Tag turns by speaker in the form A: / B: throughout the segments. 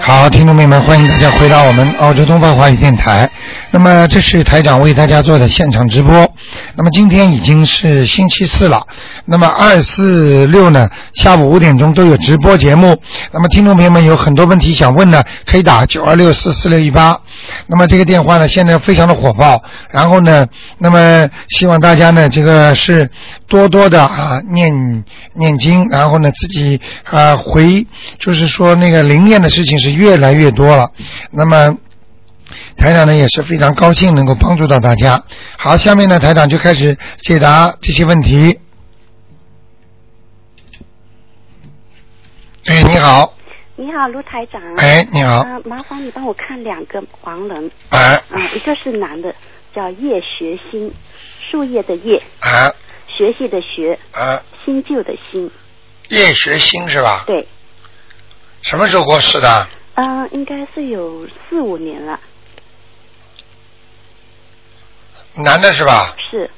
A: 好，听众朋友们，欢迎大家回到我们澳洲东方华语电台。那么，这是台长为大家做的现场直播。那么今天已经是星期四了，那么二四六呢，下午五点钟都有直播节目。那么听众朋友们有很多问题想问呢，可以打九二六四四六一八。那么这个电话呢，现在非常的火爆。然后呢，那么希望大家呢，这个是多多的啊念念经，然后呢自己啊回，就是说那个灵验的事情是越来越多了。那么。台长呢也是非常高兴能够帮助到大家。好，下面呢台长就开始解答这些问题。哎，你好，
B: 你好，卢台长。
A: 哎，你好，
B: 呃麻烦你帮我看两个黄人，
A: 哎
B: 啊、一个是男的，叫叶学新，树叶的叶，
A: 哎
B: 学习的学，
A: 哎，
B: 新旧的新，
A: 叶学兴是吧？
B: 对，
A: 什么时候过世的？
B: 嗯、应该是有四五年了，
A: 男的是吧？
B: 是，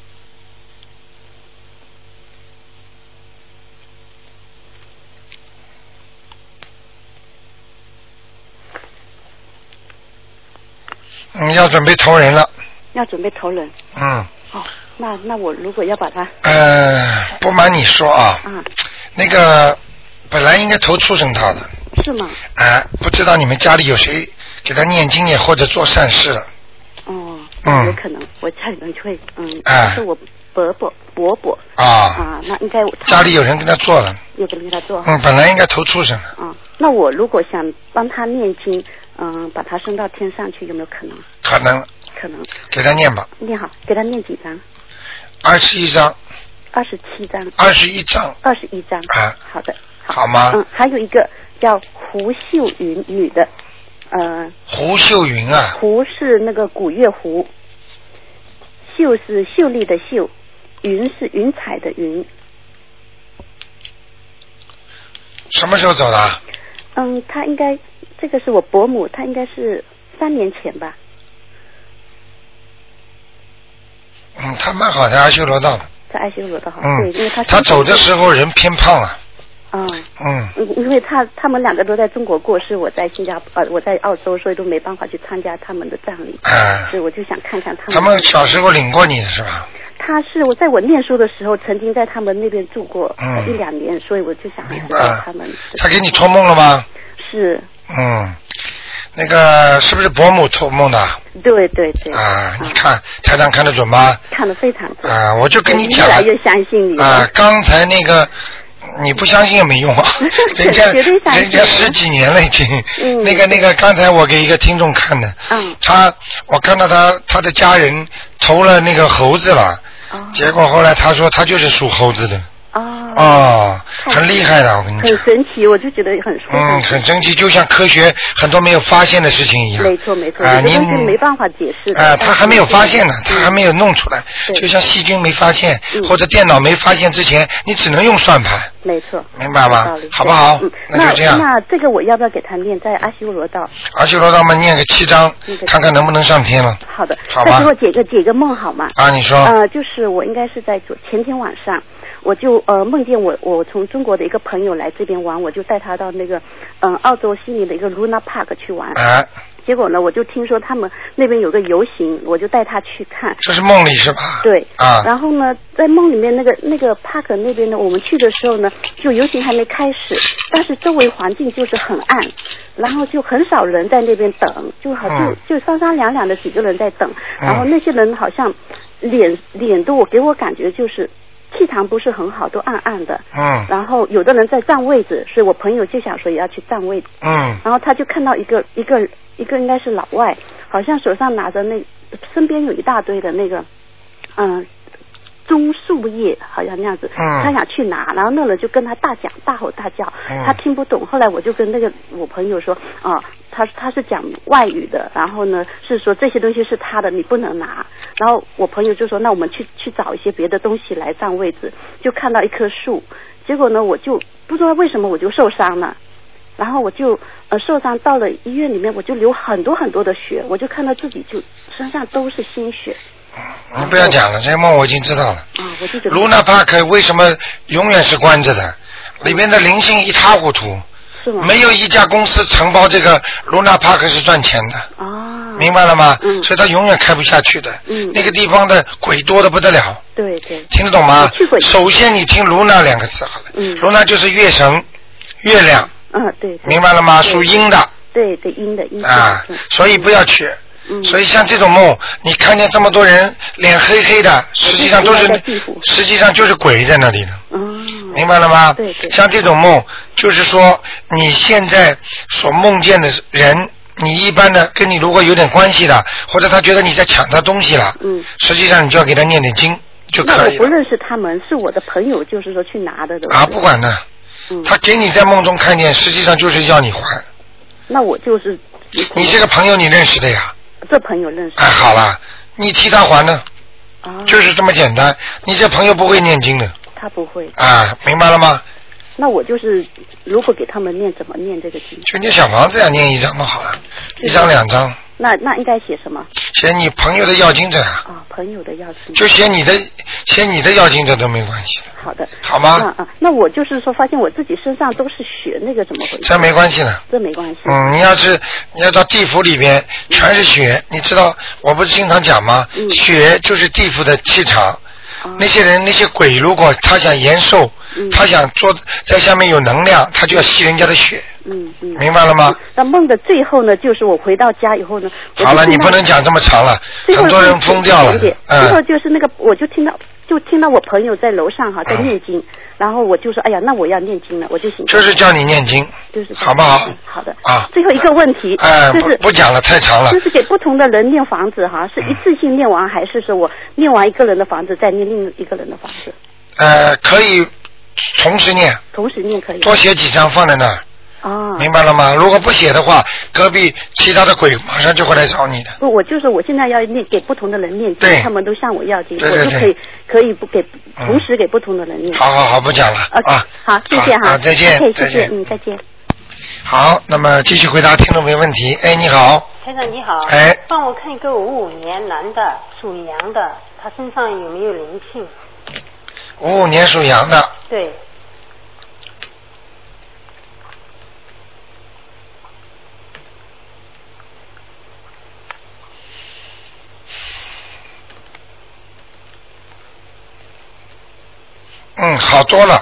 A: 嗯，要准备投人了。
B: 要准备投人。
A: 嗯，
B: 哦，那那我如果要把它，
A: 呃，不瞒你说啊，
B: 啊，
A: 那个本来应该投畜生套的，
B: 是吗？
A: 哎，不知道你们家里有谁给他念经也或者做善事了。
B: 哦，
A: 嗯
B: 有可能，我家里人就会，嗯，
A: 哎
B: 是我伯伯伯伯
A: 啊，
B: 啊，那应该我
A: 家里有人跟他做了，
B: 有个人给他做。
A: 嗯，本来应该投畜生的，
B: 啊，那我如果想帮他念经，嗯、把他升到天上去，有没有可能？
A: 可能
B: 可能
A: 给他念吧，
B: 念好，给他念几张？
A: 二十一章，
B: 二十七张，
A: 二十一章，
B: 二十一张。
A: 啊
B: 好的，
A: 好吗？
B: 嗯，还有一个叫胡秀云，女的，呃，
A: 胡秀云啊，
B: 胡是那个古月胡，秀是秀丽的秀，云是云彩的云。
A: 什么时候走的啊？
B: 嗯，她应该这个是我伯母，她应该是三年前吧。
A: 嗯，他蛮好，在阿修罗道的。
B: 在爱修罗的哈，对，因为她
A: 嗯，他走的时候人偏胖了。
B: 啊，
A: 嗯，
B: 嗯因为他他们两个都在中国过世，我在新加坡，呃，我在澳洲，所以都没办法去参加他们的葬礼，
A: 哎，
B: 所以我就想看看他们。
A: 他们小时候领过你的是吧？
B: 他是我在我念书的时候，曾经在他们那边住过、呃
A: 嗯
B: 一两年，所以我就想
A: 明
B: 知
A: 白
B: 道
A: 了
B: 他们。
A: 他给你托梦了吗？
B: 是，
A: 嗯，那个是不是伯母托梦的？
B: 对对对。
A: 啊，你看台长看得准吗？
B: 看得非常准。
A: 啊，我就跟你讲
B: 我越来
A: 了
B: 越相信你了。，
A: 啊，刚才那个你不相信也没用啊 人家
B: 绝对相信
A: 人家十几年了已经。
B: 嗯
A: 那个那个，刚才我给一个听众看的，
B: 嗯
A: 他我看到他他的家人投了那个猴子了，
B: 哦
A: 结果后来他说他就是属猴子的，
B: 哦，
A: 哦，很厉害的，我跟你
B: 很
A: 讲。
B: 神奇，我就觉得很非常
A: 嗯，很神奇，就像科学很多没有发现的事情一样。
B: 没错没错，
A: 啊，
B: 有
A: 你
B: 些东西没办法解释的。
A: 啊，他还没有发现呢，他还
B: 没。
A: 没有弄出来，
B: 嗯对
A: 就像细菌没发现
B: 嗯
A: 或者电脑没发现之前，你只能用算盘。
B: 没错，
A: 明白吗
B: 有道理
A: 好不好
B: 嗯，
A: 那
B: 那
A: 就这样嗯
B: 那这个我要不要给他念在阿修罗道？
A: 阿修罗道们念个七章
B: 念个，七
A: 看看能不能上天了。
B: 好的，
A: 好吧
B: 再给我解个解个梦好吗？
A: 啊，你说，
B: 呃，就是我应该是在昨前天晚上，我就呃梦见我我从中国的一个朋友来这边玩，我就带他到那个嗯、呃澳洲悉尼的一个 Luna Park 去玩。
A: 啊，
B: 结果呢，我就听说他们那边有个游行，我就带他去看。
A: 这是梦里是吧？
B: 对，
A: 啊，
B: 然后呢，在梦里面那个那个 park 那边呢，我们去的时候呢，就游行还没开始，但是周围环境就是很暗，然后就很少人在那边等，就好像、
A: 嗯
B: 就三三两两的几个人在等，
A: 嗯
B: 然后那些人好像脸脸都我给我感觉就是气场不是很好，都暗暗的。
A: 嗯
B: 然后有的人在占位置，所以我朋友就想说也要去占位置
A: 嗯
B: 然后他就看到一个一个一个应该是老外，好像手上拿着那身边有一大堆的那个，嗯、棕树叶，好像那样子，
A: 嗯
B: 他想去拿，然后那人就跟他大讲大吼大叫，
A: 嗯
B: 他听不懂。后来我就跟那个我朋友说，啊、他他是讲外语的，然后呢是说这些东西是他的，你不能拿。然后我朋友就说，那我们去去找一些别的东西来占位置，就看到一棵树，结果呢我就不知道为什么我就受伤了。然后我就呃受伤到了医院里面，我就流很多很多的血，我就看到自己就身上都是鲜血
A: 你不要讲了，这些梦我已经知道了。
B: 啊、我就觉得
A: 卢纳帕克为什么永远是关着的？里面的灵性一塌糊涂，
B: 是吗？
A: 没有一家公司承包这个卢娜帕克是赚钱的，
B: 啊，
A: 明白了吗？
B: 嗯
A: 所以他永远开不下去的。
B: 嗯
A: 那个地方的鬼多的不得了，
B: 对对，
A: 听得懂吗
B: 我去过？一次
A: 首先你听卢娜两个字好了，
B: 嗯
A: 卢娜就是月神、月亮，
B: 嗯对，对
A: 明白了吗？
B: 对
A: 属阴的
B: 对对阴的阴的
A: 啊，所以不要去。
B: 嗯，
A: 所以像这种梦，你看见这么多人脸黑黑的，实际上都
B: 我就觉得在
A: 是
B: 地府
A: 实际上就是鬼在那里的，
B: 嗯，
A: 明白了吗？
B: 对对
A: 像这种梦，就是说你现在所梦见的人，你一般的跟你如果有点关系的，或者他觉得你在抢他东西了，
B: 嗯
A: 实际上你就要给他念点经就
B: 那
A: 可
B: 我
A: 以
B: 不
A: 了
B: 认识他们，是我的朋友，就是说去拿的，对吧
A: 啊，不，管的。
B: 嗯，
A: 他给你在梦中看见，实际上就是要你还。
B: 那我就是
A: 你这个朋友你认识的呀？
B: 这朋友认识
A: 哎， 好啦，你替他还呢，
B: 啊，
A: 就是这么简单。你这朋友不会念经的。
B: 他不会，
A: 啊，明白了吗？
B: 那我就是如果给他们念，怎么念这个经？
A: 就你小房子呀，念一张就好了，一张两张，
B: 那那应该写什么
A: 写你朋友的要经者啊，
B: 啊？朋友的要经。
A: 就写你的写你的要经者都没关系的，
B: 好的。
A: 好吗
B: 啊啊，那我就是说，发现我自己身上都是血，那个怎么回事？
A: 这没关系的。
B: 这没关系。
A: 嗯，你要是你要到地府里边全是血，你知道我不是经常讲吗？
B: 嗯
A: 血就是地府的气场。
B: 啊
A: 那些人那些鬼，如果他想延寿，
B: 嗯
A: 他想做在下面有能量，他就要吸人家的血，
B: 嗯嗯。
A: 明白了吗？
B: 那梦的最后呢，就是我回到家以后呢，我就
A: 好了，
B: 听
A: 你
B: 到
A: 不能讲这么长了，
B: 最后
A: 很多人疯掉了
B: 一点。
A: 嗯。
B: 最后就是那个，我就听到，就听到我朋友在楼上哈在
A: 嗯
B: 念经，然后我就说，哎呀，那我要念经了，我就醒。
A: 就是叫你念经，
B: 就是
A: 好不好？
B: 嗯好的
A: 啊
B: 最后一个问题，
A: 哎，
B: 就
A: 不
B: 是
A: 不讲了，太长了
B: 就。是给不同的人念房子哈，是一次性念完，还是说我念完一个人的房子再念另一个人的房子，
A: 呃，可以同时念，
B: 同时念可以吗？
A: 多写几张放在那儿，
B: 啊，
A: 明白了吗？如果不写的话，隔壁其他的鬼马上就会来找你的。
B: 不，我就是我现在要念给不同的人念经
A: 对，
B: 他们都向我要经，
A: 对对嗯
B: 我就可以可以不给同时给不同的人念。
A: 好好好，不讲了
B: OK，
A: 啊。
B: 好，谢谢
A: 好
B: 哈，
A: 啊再见
B: OK，
A: 再
B: 谢
A: 见
B: 谢，嗯，再见。
A: 好，那么继续回答听众朋友问题。哎，你好，
C: 台长你好，
A: 哎
C: 帮我看一个五五年男的，属羊的，他身上有没有灵性？
A: 五五哦年属羊的，
C: 对，
A: 嗯，好多了，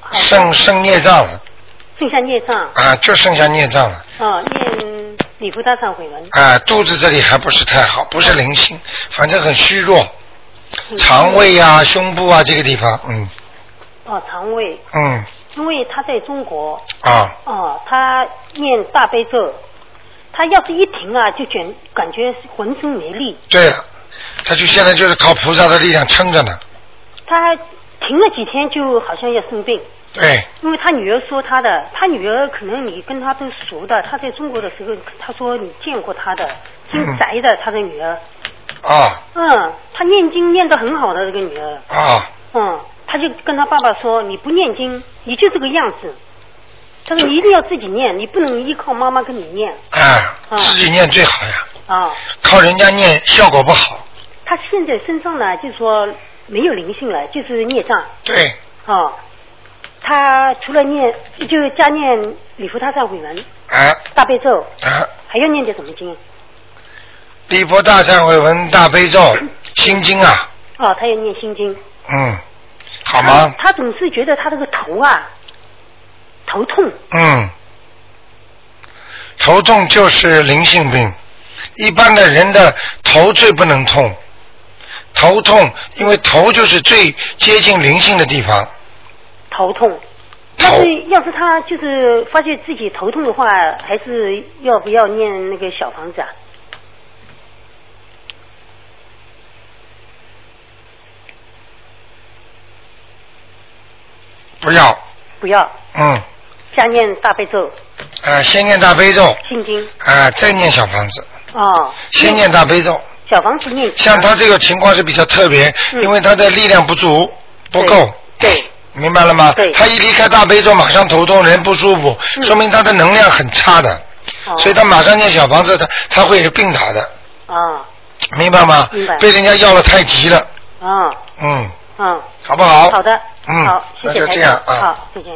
C: 好的
A: 剩剩孽障了
C: 剩下孽障，
A: 啊，就剩下孽障了
C: 哦，念礼佛大忏悔文，
A: 啊，肚子这里还不是太好，不是灵性，反正很虚弱，
C: 嗯
A: 肠胃呀、胸部啊这个地方，嗯
C: 哦，肠胃，
A: 嗯
C: 因为他在中国，
A: 啊，
C: 哦，他念大悲咒，他要是一停啊，就觉感觉浑身没力，
A: 对了，他就现在就是靠菩萨的力量撑着呢。
C: 他停了几天就好像要生病。
A: 对，
C: 因为他女儿说他的，他女儿可能你跟他都熟的，他在中国的时候，他说你见过他的，姓
A: 嗯
C: 翟的，他的女儿，
A: 啊
C: 嗯，他念经念得很好的这个女儿，
A: 啊，
C: 嗯，他就跟他爸爸说，你不念经，你就这个样子，他说你一定要自己念，你不能依靠妈妈跟你念
A: 哎，
C: 啊
A: 自己念最好呀，
C: 啊。
A: 靠人家念效果不好。
C: 他现在身上呢，就是说没有灵性了，就是孽障
A: 对，
C: 啊。他除了念，就加念礼佛大忏悔文、
A: 啊
C: 大悲咒，
A: 啊，
C: 还要念点什么经？
A: 礼佛大忏悔文大悲咒心经啊，
C: 哦，他也念心经。
A: 嗯，好吗？
C: 他？他总是觉得他这个头啊，头痛。
A: 嗯，头痛就是灵性病，一般的人的头最不能痛，头痛，因为头就是最接近灵性的地方。
C: 头痛。要
A: 头
C: 是要是他就是发现自己头痛的话，还是要不要念那个小房子啊？
A: 不要，
C: 不要，
A: 嗯，
C: 加念大悲咒、
A: 呃，先念大悲咒，
C: 心经
A: 啊，再念小房子，
C: 哦。
A: 先念大悲咒。
C: 小房子念几张
A: 像他这个情况是比较特别，
C: 嗯
A: 因为他的力量不足，不够，
C: 对对
A: 明白了吗
C: 对？
A: 他一离开大悲咒，马上头痛，人不舒服，
C: 嗯
A: 说明他的能量很差的，
C: 哦
A: 所以他马上念小房子，他他会有病倒的，
C: 啊
A: 明白吗
C: 明白？
A: 被人家要了太急了，
C: 啊
A: 嗯，
C: 嗯，
A: 好不好？
C: 好的，
A: 嗯
C: 好，谢
A: 那就
C: 谢台
A: 这样
C: 长
A: 啊
C: 好，再见。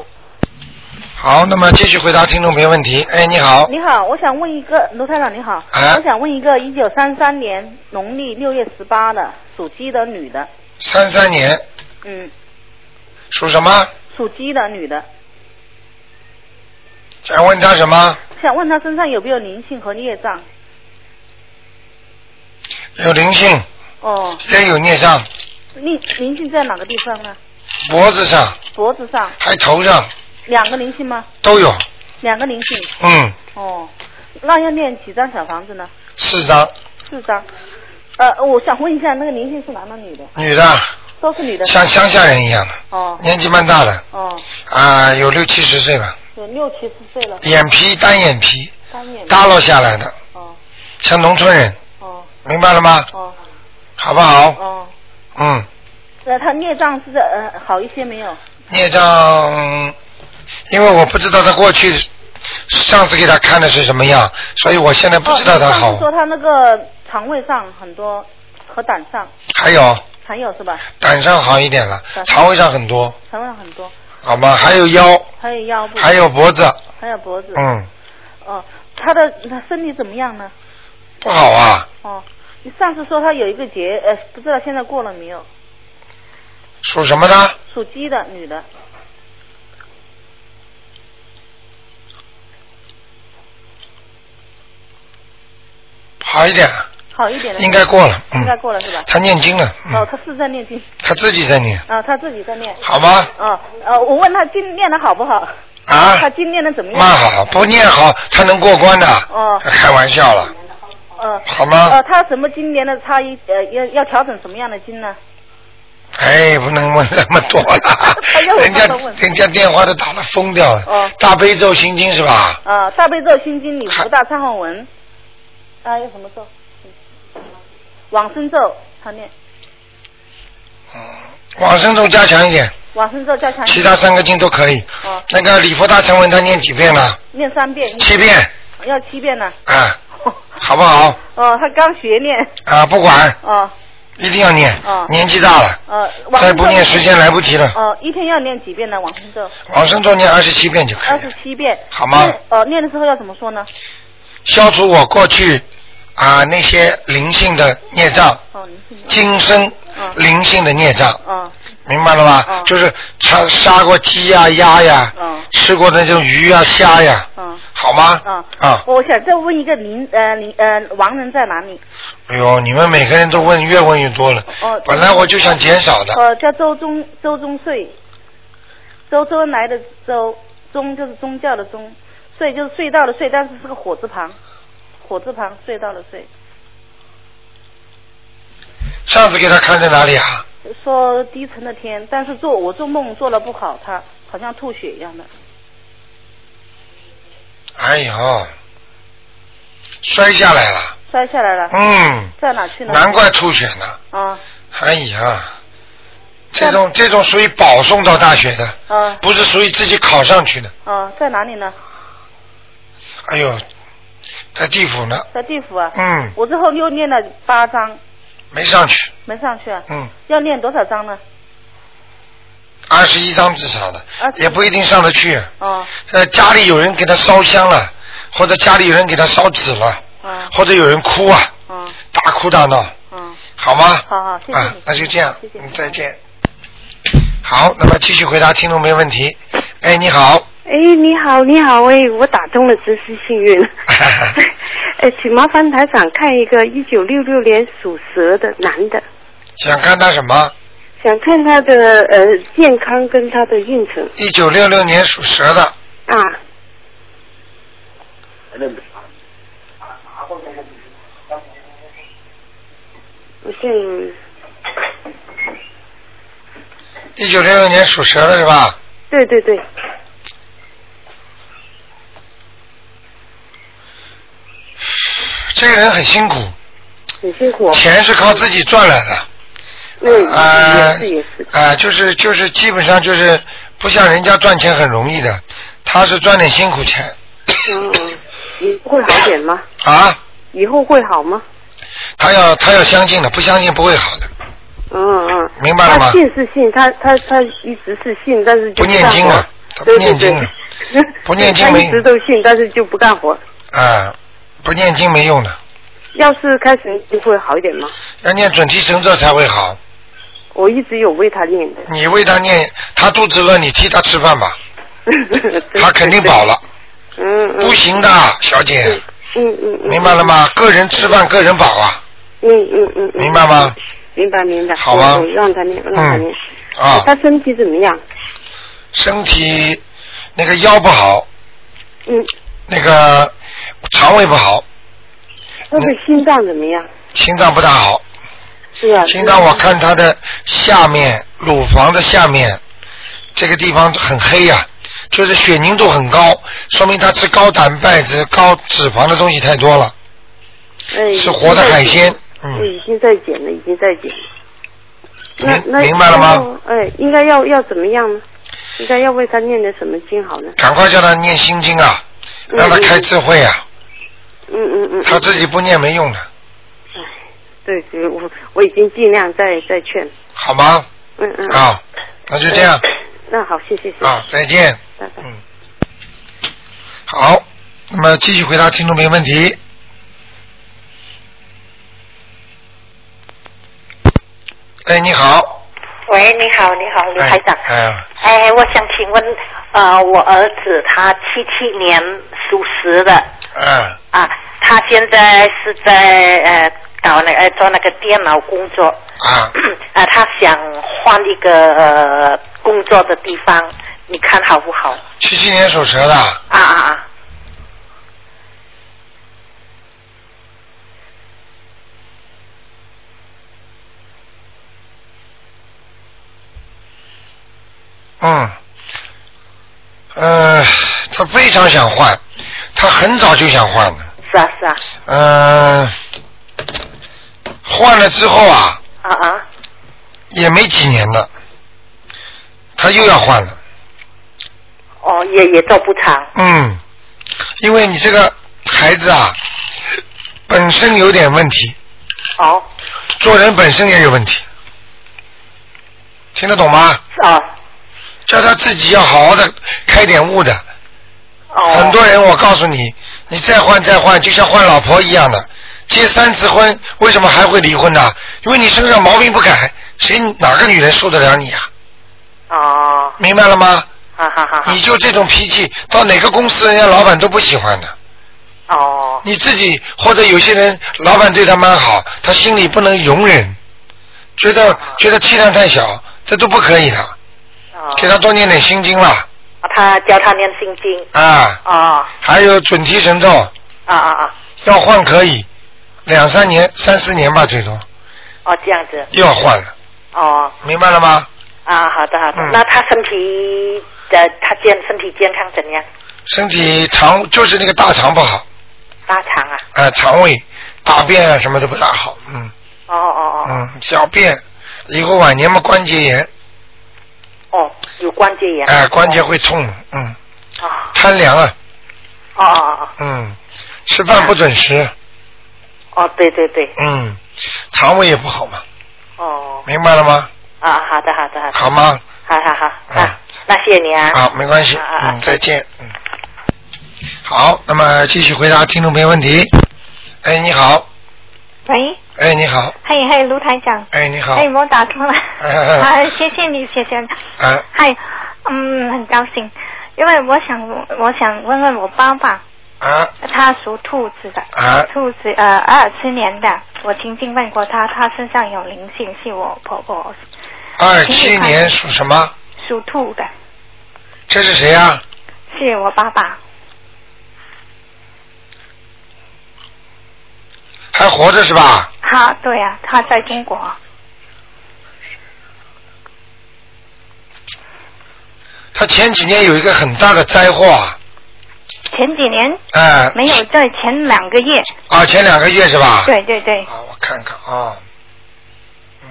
A: 好好，那么继续回答听众朋友问题。哎，你好，
D: 你好，我想问一个卢台长，你好，
A: 啊
D: 我想问一个一九三三年农历六月十八的属鸡的女的，
A: 三三年
D: 嗯，
A: 属什么？
D: 属鸡的女的，
A: 想问他什么？
D: 想问她身上有没有灵性和孽障？
A: 有灵性，
D: 哦，
A: 也有孽障，
D: 灵灵性在哪个地方呢？
A: 脖子上
D: 脖子上
A: 还头上
D: 两个灵性吗？
A: 都有。
D: 两个灵性，
A: 嗯，
D: 哦，那要念几张小房子呢？
A: 四张，
D: 四张。呃，我想问一下，那个灵性是男的女的？
A: 女的
D: 都是女的。
A: 像乡下人一样的，
D: 哦
A: 年纪蛮大的
D: 哦，
A: 啊，有六七十岁吧，
D: 有六七十岁了，
A: 眼皮单眼皮
D: 单眼。
A: 耷拉下来的，
D: 哦
A: 像农村人，
D: 哦
A: 明白了吗？
D: 哦
A: 好不好？
D: 哦。
A: 嗯，
D: 那他孽障是在呃好一些没有？
A: 孽障，因为我不知道他过去上次给他看的是什么样，所以我现在不知道
D: 哦
A: 他
D: 你上
A: 好
D: 次。说他那个肠胃上很多和胆上
A: 还有
D: 还有是吧？
A: 胆上好一点了，
D: 胆上
A: 肠胃上很多，
D: 肠胃上很多，
A: 好
D: 嗯
A: 吗？还有腰，
D: 还有腰部，
A: 还有脖子，
D: 还有脖子。
A: 嗯，
D: 哦，他的他身体怎么样呢？
A: 不好啊，
D: 哦，你上次说他有一个结，呃，不知道现在过了没有？
A: 属什么的？
D: 属鸡的女的，
A: 好一点了，
D: 好一点的。
A: 应该过了，
D: 应该
A: 嗯，
D: 过了是吧？
A: 他念经了，
D: 哦，
A: 嗯，
D: 他是在念经
A: 他自己在念，
D: 啊，他自己在念。
A: 好吗？
D: 哦，呃，我问他经念的好不好？
A: 啊
D: 他，经念的怎么
A: 那
D: 样？
A: 好，不念好，他能过关的。
D: 哦
A: 开玩笑了，
D: 呃，
A: 好吗？
D: 呃，他什么经年的差异？呃，要要调整什么样的经呢？
A: 哎，不能问那么多 了
D: 他又，
A: 人家
D: 他都问
A: 人家电话都打得疯掉了。
D: 哦
A: 大悲咒心经是吧？
D: 啊、大悲咒、心经、礼佛大忏悔文，啊，有什么咒？往生咒，他念
A: 往生咒加强一点，
D: 往生咒加强
A: 其他三个经都可以。
D: 哦，
A: 那个礼佛大忏文他念几遍了？
D: 念三遍，哦
A: 七遍
D: 要七遍呢。
A: 啊，好不好？
D: 哦，他刚学念，
A: 啊，不管，
D: 哦，
A: 一定要念
D: 哦。
A: 年纪大了，
D: 呃，往
A: 再
D: 生咒
A: 不念时间来不及了。
D: 哦，一天要念几遍呢？往生咒
A: 往生咒念二十七遍就可
D: 二
A: 以
D: 十
A: 了，
D: 七遍。
A: 好吗
D: 念呃，念的时候要怎么说呢？
A: 消除我过去啊那些灵性的孽障，
D: 哦，您听。
A: 今生
D: 嗯
A: 灵性的孽障。
D: 哦
A: 明白了吧？
D: 嗯
A: 就是杀杀过鸡呀、鸭呀
D: 嗯，
A: 吃过那种鱼呀、虾呀，
D: 哦
A: 好吗
D: 哦。，
A: 啊，
D: 我想再问一个您呃您呃亡人在哪里？
A: 哎呦，你们每个人都问，越问越多了
D: 哦。
A: 本来我就想减少的，
D: 呃，叫周宗周宗穗，周周恩来的周，宗就是宗教的宗，穗就是隧道的隧，但是是个火字旁，火字旁隧道的隧。
A: 上次给他看在哪里啊？
D: 说低沉的天，但是做我做梦做了不好，他好像吐血一样的。
A: 哎呦，摔下来了，
D: 摔下来了，
A: 嗯，
D: 在哪去了？
A: 难怪吐血呢。
D: 啊
A: 哎呀，这种这种属于保送到大学的，
D: 啊
A: 不是属于自己考上去的。
D: 啊，在哪里呢？
A: 哎呦，在地府呢，
D: 在地府啊。
A: 嗯，
D: 我之后又念了八章，
A: 没上去，
D: 没上去啊。
A: 嗯。
D: 要念多少章呢？
A: 二十一张至少的，
D: 21
A: 也不一定上得去。
D: 哦
A: 呃，家里有人给他烧香了，或者家里有人给他烧纸了，
D: 啊
A: 或者有人哭啊，
D: 啊
A: 大哭大闹，
D: 啊！
A: 好吗？
D: 好好谢谢
A: 啊
D: 你，
A: 那就这样
D: 谢，谢
A: 嗯，再见。好，那么继续回答听众没问题。哎，你好，
E: 哎，你好，你好，喂，我打通了，真是幸运。哎，请麻烦台长看一个一九六六年属蛇的男的，
A: 想看他什么？
E: 想看他的呃健康跟他的运程
A: 一九六六年属蛇的，
E: 啊。我嗯这有
A: 一九六六年属蛇的是吧？
E: 对对对，
A: 这个人很辛苦，
E: 很辛苦、哦。
A: 钱是靠自己赚来的。
E: 嗯，
A: 呃
E: 也是也是。
A: 啊、就是就是基本上就是不像人家赚钱很容易的，他是赚点辛苦钱
E: 嗯，嗯你会好点吗？
A: 啊，
E: 以后会好吗？
A: 他要他要相信的，不相信不会好的。
E: 嗯嗯，
A: 明白了吗
E: 他信是信，他他他一直是信，但是就
A: 不念经
E: 上
A: 了
E: 火，
A: 他不
E: 对对
A: 念经
E: 对
A: 了， 不念经
E: 他
A: 没
E: 一直都信，但是就不干活。
A: 啊，不念经没用的，
E: 要是开始念会好一点吗？
A: 要念准提神咒才会好。
E: 我一直有为他念的，
A: 你为他念，他肚子饿，你替他吃 饭吧，他肯定饱了。
E: 嗯嗯。
A: 不行的，小姐，
E: 嗯嗯嗯。
A: 明白了吗？个人吃饭，个人饱啊，
E: 嗯？嗯嗯嗯嗯。
A: 明白吗？
E: 明白明白。
A: 好吧
E: 我让他念，让他念。
A: 啊，
E: 他身体怎么样？
A: 身体那个腰不好，
E: 嗯，
A: 那个肠胃不好，
E: 他的心脏怎么样？
A: 心脏不大好。
E: 是啊。
A: 心脏我看他的下面乳房的下面这个地方很黑呀、就是血凝度很高，说明他吃高蛋白质、高脂肪的东西太多了，
F: 嗯
E: 哎
A: 吃活的海鲜。嗯，
E: 已经在减了，已经在减了。那
A: 明
E: 那
A: 明白了吗？？
E: 哎，应该要要怎么样呢？应该要为他念的什么经好呢？
A: 赶快叫他念心经啊，
E: 嗯
A: 让他开智慧啊，
E: 嗯嗯嗯。
A: 他自己不念没用的，
E: 对对，我我已经尽量在在劝。
A: 好吗？
E: 嗯嗯。。
A: 啊，那就这样
E: 那好，谢谢谢谢。
A: 啊，再见。
E: 拜拜。
A: 嗯，好，那么继续回答听众朋友问题。哎，你好，
G: 喂，你好，你好，刘
A: 哎
G: 台长。
A: 哎，
G: 哎，我想请问，呃，我儿子他七七年属实的
A: 哎，
G: 啊，他现在是在呃搞那呃做那个电脑工作，
A: 啊，
G: 啊，他想换一个呃工作的地方，你看好不好？
A: 七七年属蛇的，
G: 啊啊啊！
A: 嗯，呃，他非常想换，他很早就想换了，
G: 是啊是啊，
A: 嗯、换了之后啊，
G: 啊啊，
A: 也没几年了，他又要换了。
G: 哦，也也做不长，
A: 嗯，因为你这个孩子啊，本身有点问题，
G: 哦
A: 做人本身也有问题，听得懂吗？
G: 是哦
A: 叫他自己要好好的开点悟的。
G: 哦，
A: 很多人，我告诉你，你再换再换，就像换老婆一样的，结三次婚，为什么还会离婚呢？因为你身上毛病不改，谁哪个女人受得了你啊？
G: 哦，
A: 明白了吗？
G: 哈哈哈，
A: 你就这种脾气，到哪个公司人家老板都不喜欢的。
G: 哦
A: 你自己或者有些人，老板对他蛮好，他心里不能容忍，觉
G: 啊
A: 得觉得气量太小，这都不可以的。
G: 哦，
A: 给他多念点心经啦，
G: 啊他教他念心经，
A: 啊，
G: 哦。
A: 还有准提神咒，
G: 啊啊啊！
A: 要换可以，两三年、三四年吧，最多
G: 哦，这样子，
A: 又要换了，
G: 哦
A: 明白了吗？
G: 啊，好的好的。
A: 嗯
G: 那他身体的他健身体健康怎样？
A: 身体肠就是那个大肠不好，
G: 大肠啊？
A: 啊、肠胃、大便啊什么都不大好，嗯
G: 哦哦哦
A: 嗯，小便，以后晚年嘛关节炎，
G: 哦，有关节炎。
A: 哎、关节会痛，嗯，
G: 哦
A: 贪凉啊，
G: 哦哦
A: 嗯，吃饭不准时，
G: 哦哦，对对对，
A: 嗯，肠胃也不好嘛，
G: 哦
A: 明白了吗？
G: 啊，好的好的好的，
A: 好吗？
G: 好好好，
A: 嗯
G: 那那谢谢你啊。
A: 好，没关系，
G: 啊啊
A: 嗯，再见，嗯。好，那么继续回答听众朋友问题。哎，你好，
H: 喂，
A: 哎，你好，
H: 嘿嘿，卢台长，
A: 哎，你好
H: 哎，，我打通 了，
A: 哎
H: 啊，谢谢你，谢谢你，
A: 哎，
H: 嗨，嗯，很高兴，因为我想，我想问问我爸爸，
A: 啊
H: 他属兔子的，
A: 啊
H: 兔子，呃，二七年的，我曾经问过他，他身上有灵性，是我婆婆
A: 二
H: 请
A: 七
H: 你看
A: 年属什么？
H: 属兔的，
A: 这是谁啊呀、
H: 是我爸爸，
A: 还活着是吧？
H: 他啊对呀、他在中国，
A: 他前几年有一个很大的灾祸啊，
H: 前几年
A: 哎，
H: 没有，在前两个月，
A: 啊，前两个月是吧？
H: 对对对，
A: 啊，我看看啊，嗯，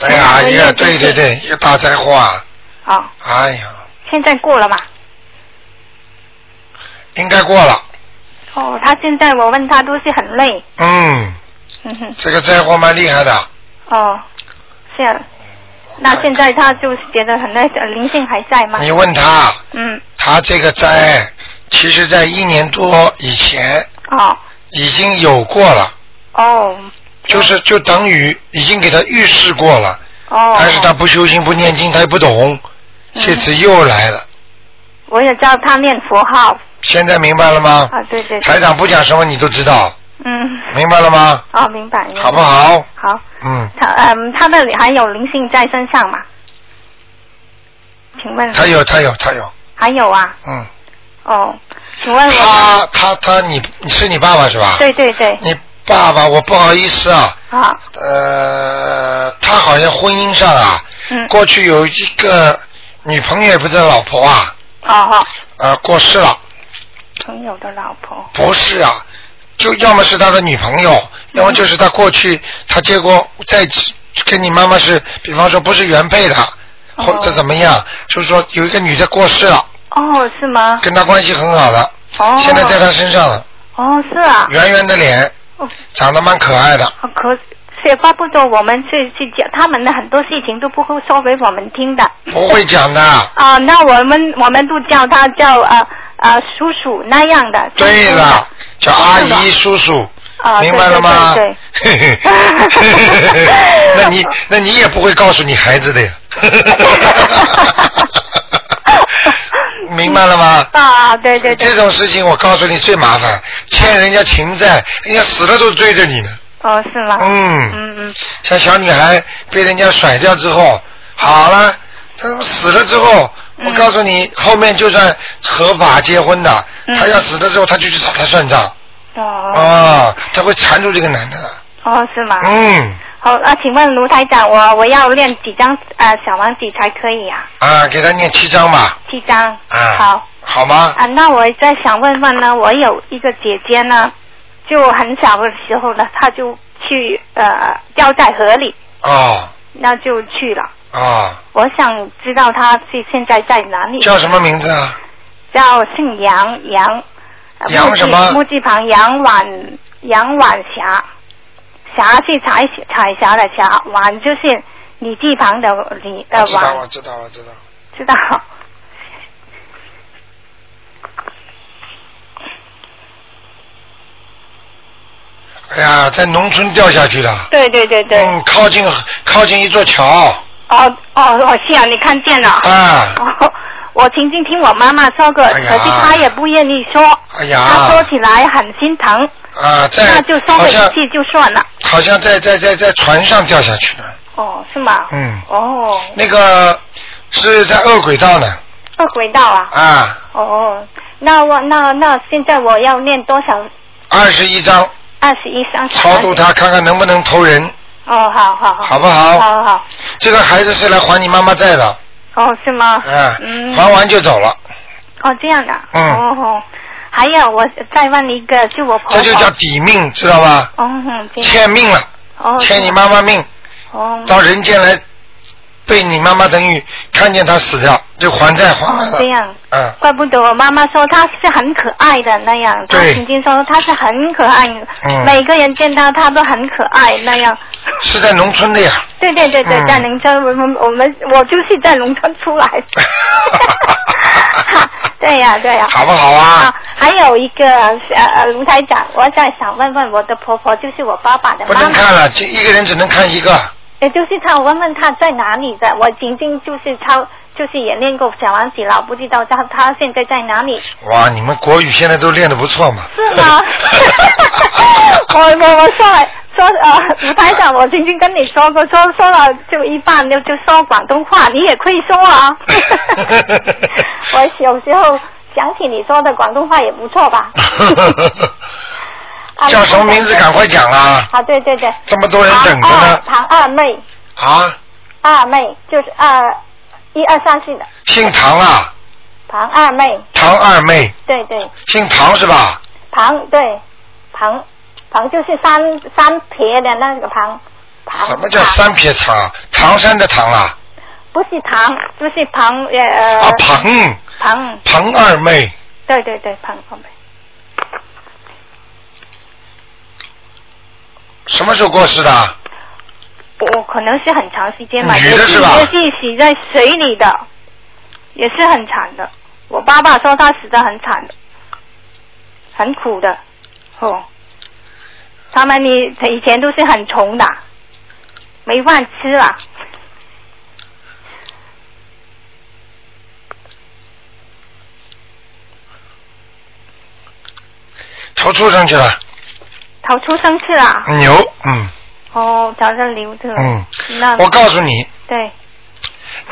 A: 哎呀，
H: 哎
A: 一
H: 呀
A: 个对对对，一个大灾祸啊，
H: 哦，
A: 哎呀，
H: 现在过了嘛，
A: 应该过了，
H: 哦，他现在我问他都是很累，
A: 嗯，
H: 嗯哼。
A: 这个灾祸蛮厉害的，
H: 哦，是啊，
A: 我
H: 那现在他就觉得很累，灵性还在吗？
A: 你问他，
H: 嗯，
A: 他这个灾，其实在一年多以前
H: 哦
A: 已经有过了，
H: 哦
A: 就是就等于已经给他预示过了，
H: 哦。
A: 但是他不修心不念经，他也不懂，这次又来了。
H: 我也叫他念佛号
A: 现在明白了吗？
H: 啊，对对。对
A: 台长不讲什么你都知道，
H: 嗯，
A: 明白了吗？
H: 哦，明白。明白
A: 好不？好？
H: 好，
A: 嗯，
H: 他嗯，他那里还有灵性在身上吗？请问
A: 他有他有他有，
H: 还有啊？
A: 嗯，
H: 哦，请问我？
A: 他他他你你是你爸爸是吧？
H: 对对对，
A: 你爸爸，我不好意思啊，
H: 啊，
A: 呃，他好像婚姻上啊，
H: 嗯，
A: 过去有一个女朋友，也不是老婆啊，
H: 哦哦，
A: 呃，过世了，
H: 朋友的老婆，
A: 不是啊，就要么是他的女朋友，
H: 嗯
A: 要么就是他过去他结过在跟你妈妈是，比方说不是原配的，或者怎么样，就是说有一个女的过世了，
H: 哦，是吗？
A: 跟他关系很好的，
H: 哦，
A: 现在在他身上了，
H: 哦，是啊，
A: 圆圆的脸
H: 哦，
A: 长得蛮可爱的，
H: 啊可是也怪不得我们去去讲，他们的很多事情都不会说给我们听的。
A: 不会讲的。
H: 啊、那我们我们都叫他叫呃呃叔叔那样的。
A: 对了，叫阿
H: 是
A: 姨
H: 的
A: 叔叔，
H: 啊
A: 明白了吗？
H: 对
A: 嘿嘿
H: 对
A: 那你那你也不会告诉你孩子的呀。 明白了吗？
H: 啊，对对对
A: 这，种事情我告诉你最麻烦，欠人家情债，人家死了都追着你呢。
H: 哦，是吗？
A: 嗯，
H: 嗯嗯，
A: 像小女孩被人家甩掉之后，好了，她死了之后，我
H: 嗯
A: 告诉你，后面就算合法结婚的，
H: 嗯
A: 她要死的时候，她就去找他算账。
H: 哦
A: 啊，他会缠住这个男的的。
H: 哦，是吗？
A: 嗯，
H: 好，那、请问卢台长，我我要练几张呃小王子才可以啊？
A: 啊，给他念七章吧。
H: 七张。
A: 啊，
H: 好。，
A: 好吗？
H: 啊，那我再想问问呢，我有一个姐姐呢，就很小的时候呢，她就去呃掉在河里，
A: 哦
H: 那就去了。
A: 哦，
H: 我想知道她是现在在哪里？
A: 叫什么名字 啊？
H: 叫姓杨杨，呃
A: 杨
H: 木字
A: 什么
H: 木字旁杨婉杨婉霞，霞是彩彩霞的霞，婉就是女字旁的女
A: 我
H: 呃
A: 知道，我
H: 婉，
A: 知道，我知道。
H: 知道？
A: 哎呀，在农村掉下去的。
H: 对对对对，
A: 嗯，靠近靠近一座桥。
H: 哦哦哦，是啊，你看见了。
A: 啊，
H: 哦，我曾经听我妈妈说过，
A: 哎呀
H: 可是她也不愿意说，
A: 哎
H: 她说
A: 呀，
H: 起来很心疼，
A: 啊，
H: 那
A: 在
H: 就说
A: 好
H: 了
A: 像
H: 一句就算了。
A: 好像在在在在船上掉下去的，
H: 哦，是吗？
A: 嗯
H: 哦，
A: 那个是在恶轨道呢。
H: 二轨道啊。
A: 啊，
H: 哦，那我那那现在我要念多少？
A: 二十一章，
H: 二十一上
A: 超度他，看看能不能投人，
H: 哦，好好好。
A: 好不好？
H: 好好。
A: 这个孩子是来还你妈妈债的，
H: 哦，是吗？
A: 嗯，
H: 嗯。
A: 还完就走了，
H: 哦，这样的。
A: 嗯
H: 哦哦，还有我再问一个，就我婆婆。
A: 这就叫抵命，知道吧？
H: 哦，嗯这样。
A: 欠命了，
H: 哦。
A: 欠你妈妈命，
H: 哦。
A: 到人间来被你妈妈等于看见她死掉，就还债还完
H: 哦，
A: 了。
H: 这样。
A: 嗯，
H: 怪不得我妈妈说她是很可爱的那样，她
A: 对
H: 曾经说她是很可爱，
A: 嗯
H: 每个人见到她都很可爱那样。
A: 是在农村的呀。
H: 对对对对，
A: 嗯
H: 在农村，我们我们我就是在农村出 来的。对呀、对呀、哦
A: 好不好啊？
H: 还有一个呃呃，卢台长，我想想问问我的婆婆，就是我爸爸的
A: 不
H: 妈
A: 能
H: 妈，
A: 看了，这一个人只能看一个。
H: 也就是她，我问问她在哪里的。我仅仅就是超，就是也练过小王子了，不知道她她现在在哪里。
A: 哇，你们国语现在都练得不错嘛。？
H: 是吗我我我说了说呃，卢台长，我曾经跟你说过，说说了就一半就就说广东话，你也可以说 啊。我有时候想起你说的广东话也不错吧。啊
A: 叫什么名字？赶快讲啊！
H: 啊，对对对。
A: 这么多人等着
H: 唐二
A: 呢。
H: 唐二妹，
A: 啊，
H: 二妹就是二一二三四的
A: 姓唐啊，
H: 唐二妹，
A: 唐二妹，
H: 对对，
A: 姓唐是吧？
H: 唐对唐唐就是三三撇的那个旁。旁
A: 什么叫
H: 旁
A: 三撇唐啊？唐山的唐啊？
H: 不是唐，就是庞呃呃
A: 啊，彭
H: 庞，
A: 彭二妹，
H: 对对对庞旁边，
A: 什么时候过世的？
H: 我可可能是很长时间嘛，
A: 女的
H: 也
A: 是吧
H: 也是洗在水里的，也是很惨的。我爸爸说他死的很惨的，很苦的，哦。他们以以前都是很穷的，没饭吃啊。
A: 头出上去了，
H: 逃出生去啊！
A: 牛，嗯
H: 哦，早上留着。
A: 嗯，
H: 那
A: 我告诉你，
H: 对，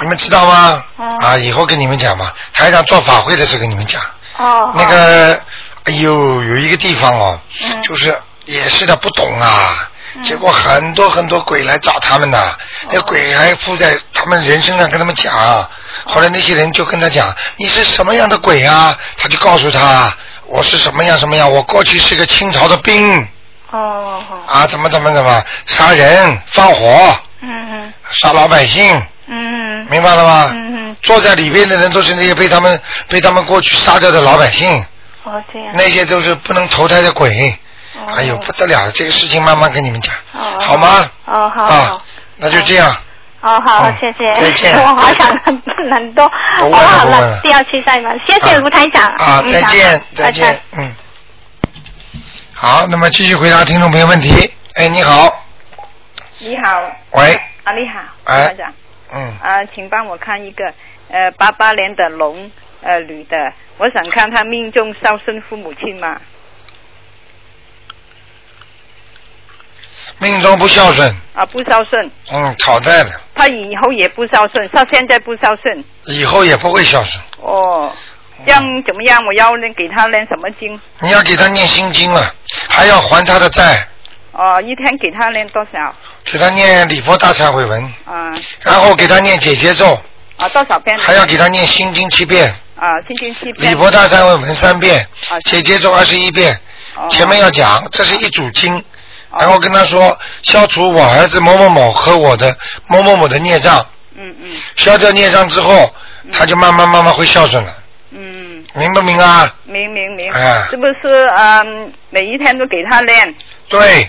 A: 你们知道吗？
H: 嗯
A: 啊，以后跟你们讲吧，台长做法会的时候跟你们讲。
H: 哦，
A: 那个，哎呦，有一个地方哦，
H: 嗯
A: 就是也是的不懂啊，结果很多很多鬼来找他们呐、那鬼还附在他们人身上跟他们讲，啊后来那些人就跟他讲你是什么样的鬼啊，他就告诉他我是什么样什么样，我过去是个清朝的兵
H: 哦，哦
A: 啊，怎么怎么怎么杀人放火
H: 嗯
A: 杀老百姓，
H: 嗯嗯
A: 明白了吗？
H: 嗯嗯，
A: 坐在里边的人都是那些被他们被他们过去杀掉的老百姓，
H: 哦这样。
A: 那些都是不能投胎的鬼。
H: 哦
A: 哎呦，不得了，这个事情慢慢跟你们讲，
H: 哦
A: 好吗？
H: 哦，好
A: 啊
H: 好。，
A: 那就这样。
H: 哦，好
A: 嗯，
H: 谢谢。
A: 再见
H: 我好想很很多。
A: 不问
H: 哦，
A: 了
H: 好
A: 不问了
H: 了，不要去再忙。谢谢
A: 啊
H: 吴台长。
A: 啊，
H: 嗯
A: 再见，再
H: 拜
A: 见
H: 拜，
A: 嗯。好，那么继续回答听众朋友问题。哎，你好，
I: 你好，
A: 喂，
I: 啊，你好，
A: 哎
I: 台长，
A: 嗯，
I: 啊，请帮我看一个，呃，八八年的龙，呃，女的，我想看她命中烧身父母亲吗？
A: 命中不孝顺，
I: 啊，不孝顺，
A: 嗯，讨债了，
I: 她以后也不孝顺，她现在不孝顺，
A: 以后也不会孝顺。
I: 哦，这样怎么样？我要呢给她念什么经？
A: 你要给他念心经了，还要还他的债，
I: 哦，一天给她念多少？
A: 给他念礼佛大忏悔文，
I: 啊
A: 然后给他念解结咒，
I: 啊，多少遍？
A: 还要给他念心经七遍，
I: 啊，星期七
A: 礼
I: 遍。
A: 佛大忏悔文三遍，
I: 啊
A: 解结咒二十一遍。
I: 哦
A: 前面要讲，这是一组经，
I: 哦
A: 然后跟他说消除我儿子某某某和我的某某某的孽障，
I: 嗯嗯
A: 消掉孽障之后，他就慢慢慢慢会孝顺了，
I: 嗯，
A: 明不明啊？
I: 明明明，
A: 哎
I: 是不是嗯，每一天都给她念？
A: 对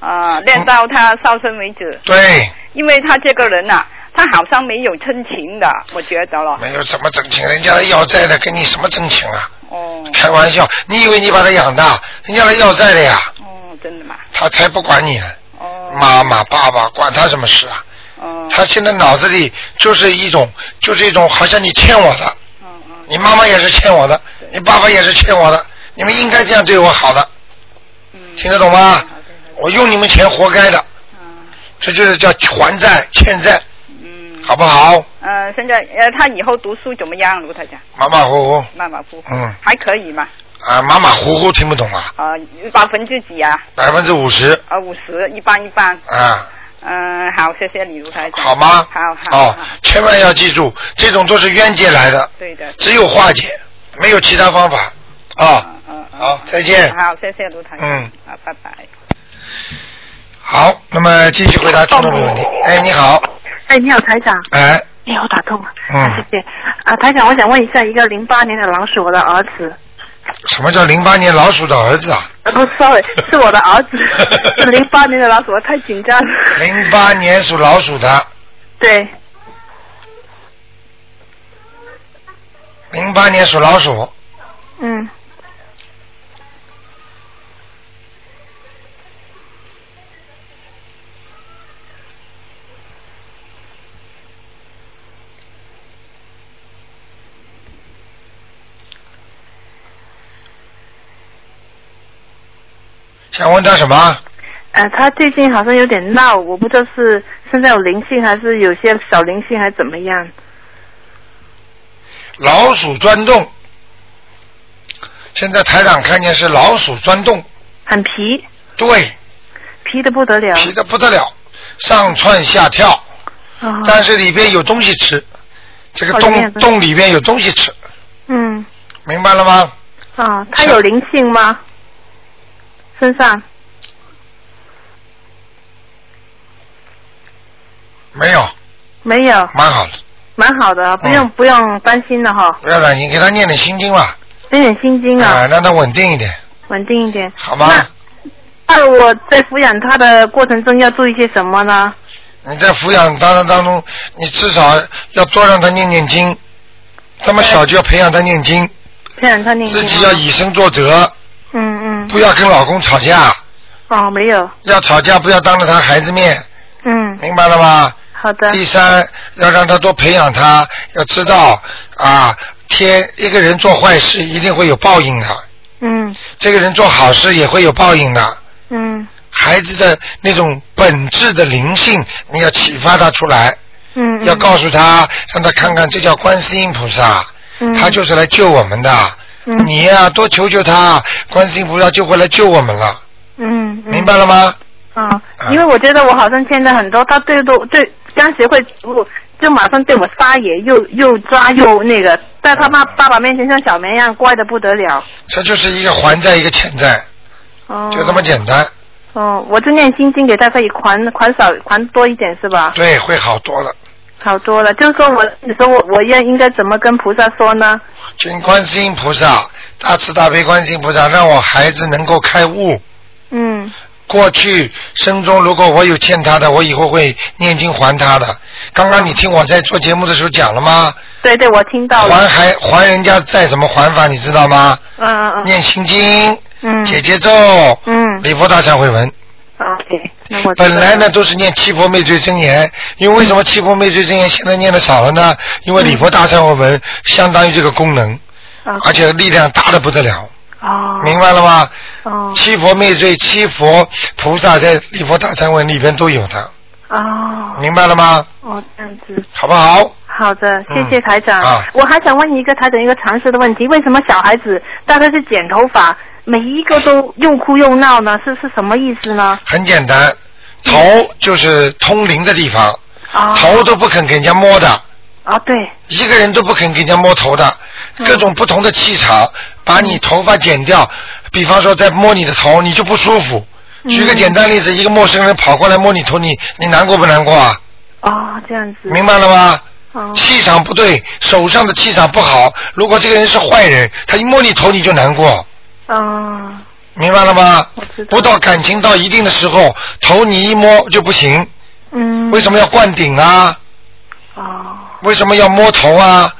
I: 啊，练到他烧身为止，
A: 对，
I: 因为他这个人呐、他好像没有真情的，我觉得了。
A: 没有什么真情，人家来要债的，跟你什么真情啊？
I: 哦，
A: 开玩笑，你以为你把他养大，人家来要债的呀，
I: 哦，真的吗？
A: 他才不管你呢。
I: 哦，
A: 妈妈、爸爸管他什么事啊？
I: 哦，
A: 他现在脑子里就是一种，就是一种，好像你欠我的，
I: 嗯嗯，
A: 你妈妈也是欠我的，你爸爸也是欠我的，你们应该这样对我好的，
I: 嗯
A: 听得懂吗
I: 好的好的？
A: 我用你们钱活该的，
I: 嗯
A: 这就是叫还债欠债，
I: 嗯，
A: 好不好？
I: 呃，现在呃，他以后读书怎么样，卢台长？
A: 马马虎虎
I: 马马虎虎，
A: 嗯
I: 还可以嘛？
A: 啊，马马虎虎听不懂啊，
I: 呃，百分之几啊？
A: 百分之五十
I: 呃，五十，一般一般。
A: 啊，
I: 嗯、好，谢谢你，卢台长。
A: 好吗？
I: 好好。
A: 哦
I: 好，
A: 千万要记住，这种都是冤结来的，
I: 对的。
A: 只有化解，没有其他方法啊。
I: 嗯嗯。
A: 好，再见。
I: 好，谢谢卢台长。
A: 嗯。
I: 啊，拜拜。
A: 好，那么继续回答听众朋友问题。哎，你好，
J: 哎，你好，台长。
A: 哎，
J: 哎，我打通了，
A: 嗯
J: 谢谢。啊，台长，我想问一下，一个零八年的狼是我的儿子，
A: 什么叫零八年老鼠的儿子啊？
J: 呃，不，sorry，是 我的儿子， 是零八年的狼鼠，我太紧张了。
A: 零八年属老鼠的，
J: 对，
A: 零八年属老鼠，
J: 嗯，
A: 想问他什么？
J: 呃，他最近好像有点闹，我不知道是身上有灵性，还是有些小灵性，还怎么样？
A: 老鼠钻洞。现在台长看见是老鼠钻洞，
J: 很皮，
A: 对，
J: 皮的不得了。
A: 皮的不得了，上窜下跳，
J: 哦，
A: 但是里边有东西吃，这个
J: 哦里
A: 洞
J: 面有东西
A: 洞里边有东西吃，
J: 嗯，
A: 明白了吗？
J: 啊、他有灵性吗？身上
A: 没有，
J: 没有，
A: 蛮好的，
J: 蛮好的，不用、
A: 嗯
J: 不用担心了哈，
A: 不要担心，给他念点心经吧，
J: 有点心经啊。
A: 啊、让他稳定一点，
J: 稳定一点。嗯
A: 好吗？
J: 那那我在抚养他的过程中要注意些什么呢？
A: 你在抚养当当当中，你至少要多让他念念经，这么小就要培养他念经，
J: 培养他念经
A: 自
J: 吗。
A: 己要以身作则，
J: 嗯嗯。
A: 不要跟老公吵架，
J: 哦，没有。
A: 要吵架不要当着他孩子面，
J: 嗯。
A: 明白了吗？
J: 好的。
A: 第三，要让他多培养他，要知道啊，天一个人做坏事一定会有报应的，
J: 嗯
A: 这个人做好事也会有报应的。
J: 嗯
A: 孩子的那种本质的灵性，你要启发他出来，
J: 嗯。
A: 要告诉他，让他看看这叫观世音菩萨，
J: 嗯
A: 他就是来救我们的。
J: 嗯
A: 你呀、多求求他，观世音菩萨就会来救我们了，
J: 嗯。嗯
A: 明白了？吗？
J: 啊、
A: 啊
J: 因为我觉得我好像现在很多，他对都对刚学会植物，就马上对我撒野，又又抓又那个，在他
A: 嗯
J: 妈爸爸面前像小绵羊，乖的不得了。
A: 这就是一个还债，一个欠债，
J: 哦，
A: 就这么简单。
J: 哦，我就念心经给他可以还还少还多一点是吧？
A: 对，会好多了。
J: 好多了，就是说我你说我我要应该怎么跟菩萨说呢？
A: 请观世音菩萨，大慈大悲观世音菩萨，让我孩子能够开悟。
J: 嗯
A: 过去生中如果我有欠他的，我以后会念经还他的。刚刚你听我在做节目的时候讲了吗？
J: 对对，我听到了。
A: 还还还人家债怎么还法，你知道吗？
J: 嗯嗯嗯
A: 念心经、
J: 嗯
A: 解结咒、
J: 嗯
A: 礼佛大忏悔文。
J: ，OK，那我知道
A: 本来呢都是念七佛灭罪真言，因为为什么七佛灭罪真言现在念的少了呢？因为礼佛大忏悔文相当于这个功能，
J: 啊
A: 而且力量大的不得了，
J: 哦
A: 明白了吗？
J: 哦
A: 七佛灭罪，七佛菩萨在礼佛大忏悔里边都有的，
J: 哦
A: 明白了吗？
J: 哦这样子。
A: 好不好？
J: 好的，谢谢台长。
A: 啊
J: 我还想问一个台长一个常识的问题：为什么小孩子大概是剪头发，每一个都又哭又闹呢？是是什么意思呢？
A: 很简单，
J: 嗯
A: 头就是通灵的地方，
J: 啊
A: 头都不肯给人家摸的，
J: 啊，对，嗯
A: 一个人都不肯给人家摸头的，各种不同的气场，把你头发剪掉，比方说再摸你的头，你就不舒服。
J: 嗯
A: 举个简单例子，一个陌生人跑过来摸你头，你你难过不难过啊？
J: 哦，这样子。
A: 明白了吗？
J: 哦
A: 气场不对，手上的气场不好。如果这个人是坏人，他一摸你头你就难过，
C: 哦
J: 嗯
A: 明白了吗
J: 知？道
A: 不到感情到一定的时候，头你一摸就不行。
J: 嗯。
A: 为什么要灌顶啊？
J: 哦，
A: 为什么要摸头啊？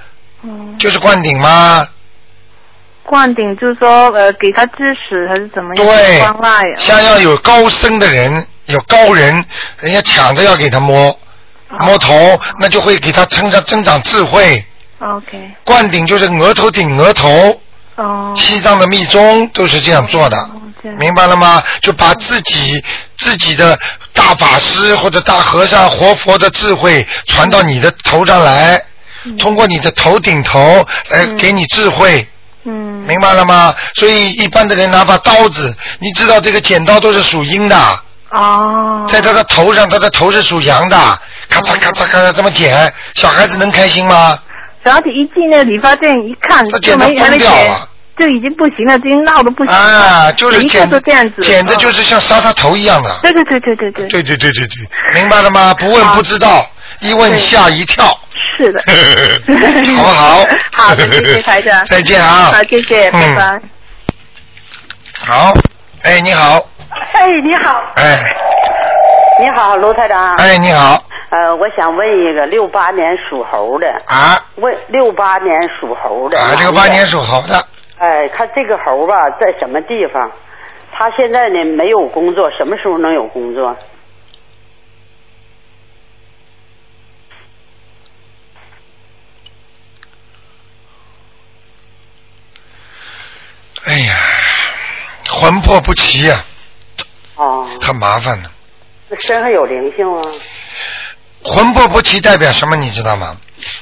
J: 嗯，
A: 就是灌顶吗？
J: 灌顶就是说呃给他支持还是怎么样？
A: 对
J: 关爱。啊
A: 像要有高僧的人，有高人，人家抢着要给他摸
J: 哦
A: 摸头，那就会给他增长增长智慧。
J: OK，
A: 灌顶就是额头顶额头，
J: 哦，
A: 西藏的密宗都是这样做的，
J: 这样
A: 明白了吗？就把自己自己的大法师或者大和尚、活佛的智慧传到你的头上来，通过你的头顶头来给你智慧。
J: 嗯
A: 明白了吗？所以一般的人拿把刀子，你知道这个剪刀都是属阴的，
J: 哦，
A: 在他的头上，他的头是属阳的，咔嚓咔嚓咔嚓这么剪，小孩子能开心吗？
J: 只要一进那个理发店一看，
A: 他
J: 就
A: 剪
J: 没
A: 得
J: 还
A: 疯
J: 没
A: 掉
J: 剪
A: 啊，！
J: 就已经不行了，已经闹得不行了。
A: 啊，就是
J: 每一个
A: 剪
J: 都这样子，
A: 剪的
J: 嗯
A: 就是像杀他头一样的。
J: 对对对对对对，
A: 对对对对对，明白了吗？不问不知道，一问吓一跳，。
J: 是的
A: 好不好？。
J: 好的，谢谢台 长
A: 再见啊！
J: 好，谢谢，拜
A: 嗯
J: 拜。
A: 好，哎，你好，
F: 哎，你好，
A: 哎，
F: 你好，卢台长。
A: 哎，你好
F: 呃，我想问一个六八年属猴的，
A: 啊
F: 问六八年属猴的。
A: 啊，
F: 男的
A: 六八年。属猴的，
F: 哎，看这个猴吧，在什么地方？他现在呢没有工作，什么时候能有工作？
A: 哎呀，魂魄不齐呀、
F: 哦，
A: 很麻烦的。
F: 那身上有灵性吗？
A: 魂魄不齐代表什么？你知道吗？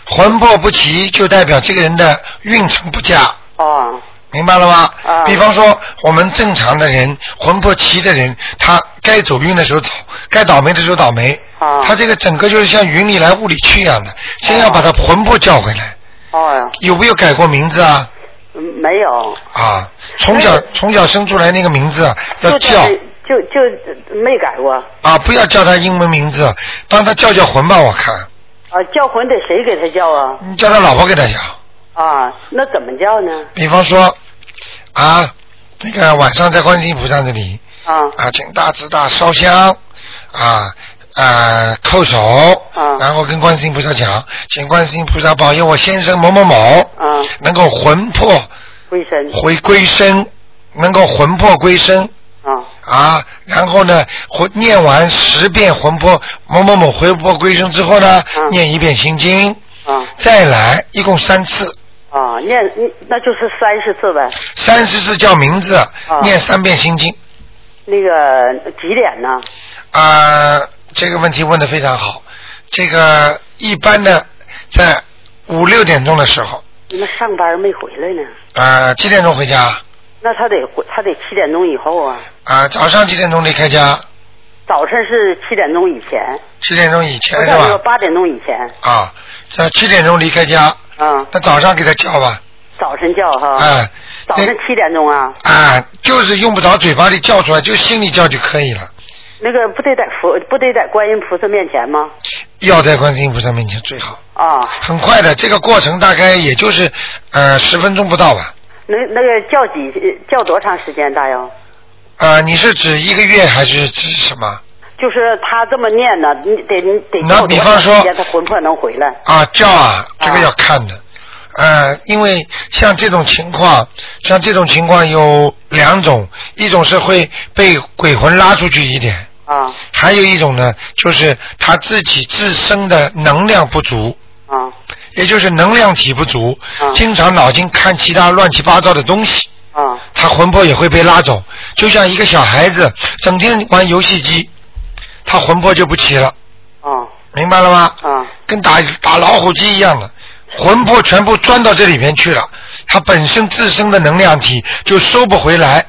A: 魂魄不齐就代表这个人的运程不佳，
F: 哦，
A: 明白了吗？
F: 啊
A: 比方说，我们正常的人，魂魄齐的人，他该走运的时候走，该倒霉的时候倒霉。
F: 啊
A: 他这个整个就是像云里来雾里去一样的，先要把他魂魄叫回来。
F: 哦呀，
A: 有没有改过名字啊？
F: 嗯没有，
A: 啊，从
F: 哎
A: 小从小生出来那个名字啊要
F: 就
A: 叫
F: 这就就没改过。
A: 啊，不要叫他英文名字，帮他叫叫魂吧，我看。
F: 啊，叫魂得谁给他叫啊？
A: 你叫他老婆给他讲，
F: 啊，那怎么叫呢？
A: 比方说啊，那个晚上在观世音菩萨这里
F: 啊
A: 啊，请大慈大烧香啊，呃叩首，然后跟观世音菩萨讲，请观世音菩萨保佑我先生某某某，
F: 嗯，
A: 能够魂魄
F: 归身，
A: 回归身，能够魂魄归身。
F: 啊
A: 啊，然后呢，魂念完十遍魂魄某某某魂魄归身之后呢，
F: 嗯
A: 念一遍心经，
F: 啊
A: 再来一共三次，
F: 啊，念那就是三十次呗。
A: 三十次叫名字，念三遍心经。
F: 嗯那个呃几点呢？
A: 啊、这个问题问的非常好。这个一般的在五六点钟的时候，
F: 那上班没回来呢，
A: 呃，几点钟回家？啊、
F: 那他得回他得七点钟以后啊。
A: 早上几点钟离开家？
F: 早晨是七点钟以前，
A: 七点钟以前
F: 不
A: 是
F: 是
A: 吧？
F: 八点钟以前，
A: 啊，在七点钟离开家，
F: 啊，
A: 那早上给他叫吧，
F: 早晨叫哈，
A: 哎、
F: 早晨七点钟啊，
A: 啊、就是用不着嘴巴里叫出来，就心里叫就可以了。
F: 那个不得在佛不得在观音菩萨面前吗？
A: 要在观世音菩萨面前最好，
F: 啊，
A: 很快的，这个过程大概也就是呃十分钟不到吧。
F: 那那个叫几叫多长时间大姚？
A: 呃，你是指一个月还是指什么？
F: 就是他这么念呢，你得你得叫多
A: 比
F: 长
A: 方说
F: 时间他魂魄能回来？
A: 啊，叫啊，这个要看的。呃，因为像这种情况，像这种情况有两种，一种是会被鬼魂拉出去一点，
F: 啊
A: 还有一种呢，就是他自己自身的能量不足，
F: 啊
A: 也就是能量体不足，经常脑筋看其他乱七八糟的东西，
F: 啊
A: 他魂魄也会被拉走。就像一个小孩子整天玩游戏机，他魂魄就不齐了，
F: 啊
K: 哦
A: 明白了吗？
F: 啊
A: 跟打打老虎机一样的，魂魄全部钻到这里面去了，它本身自身的能量体就收不回来。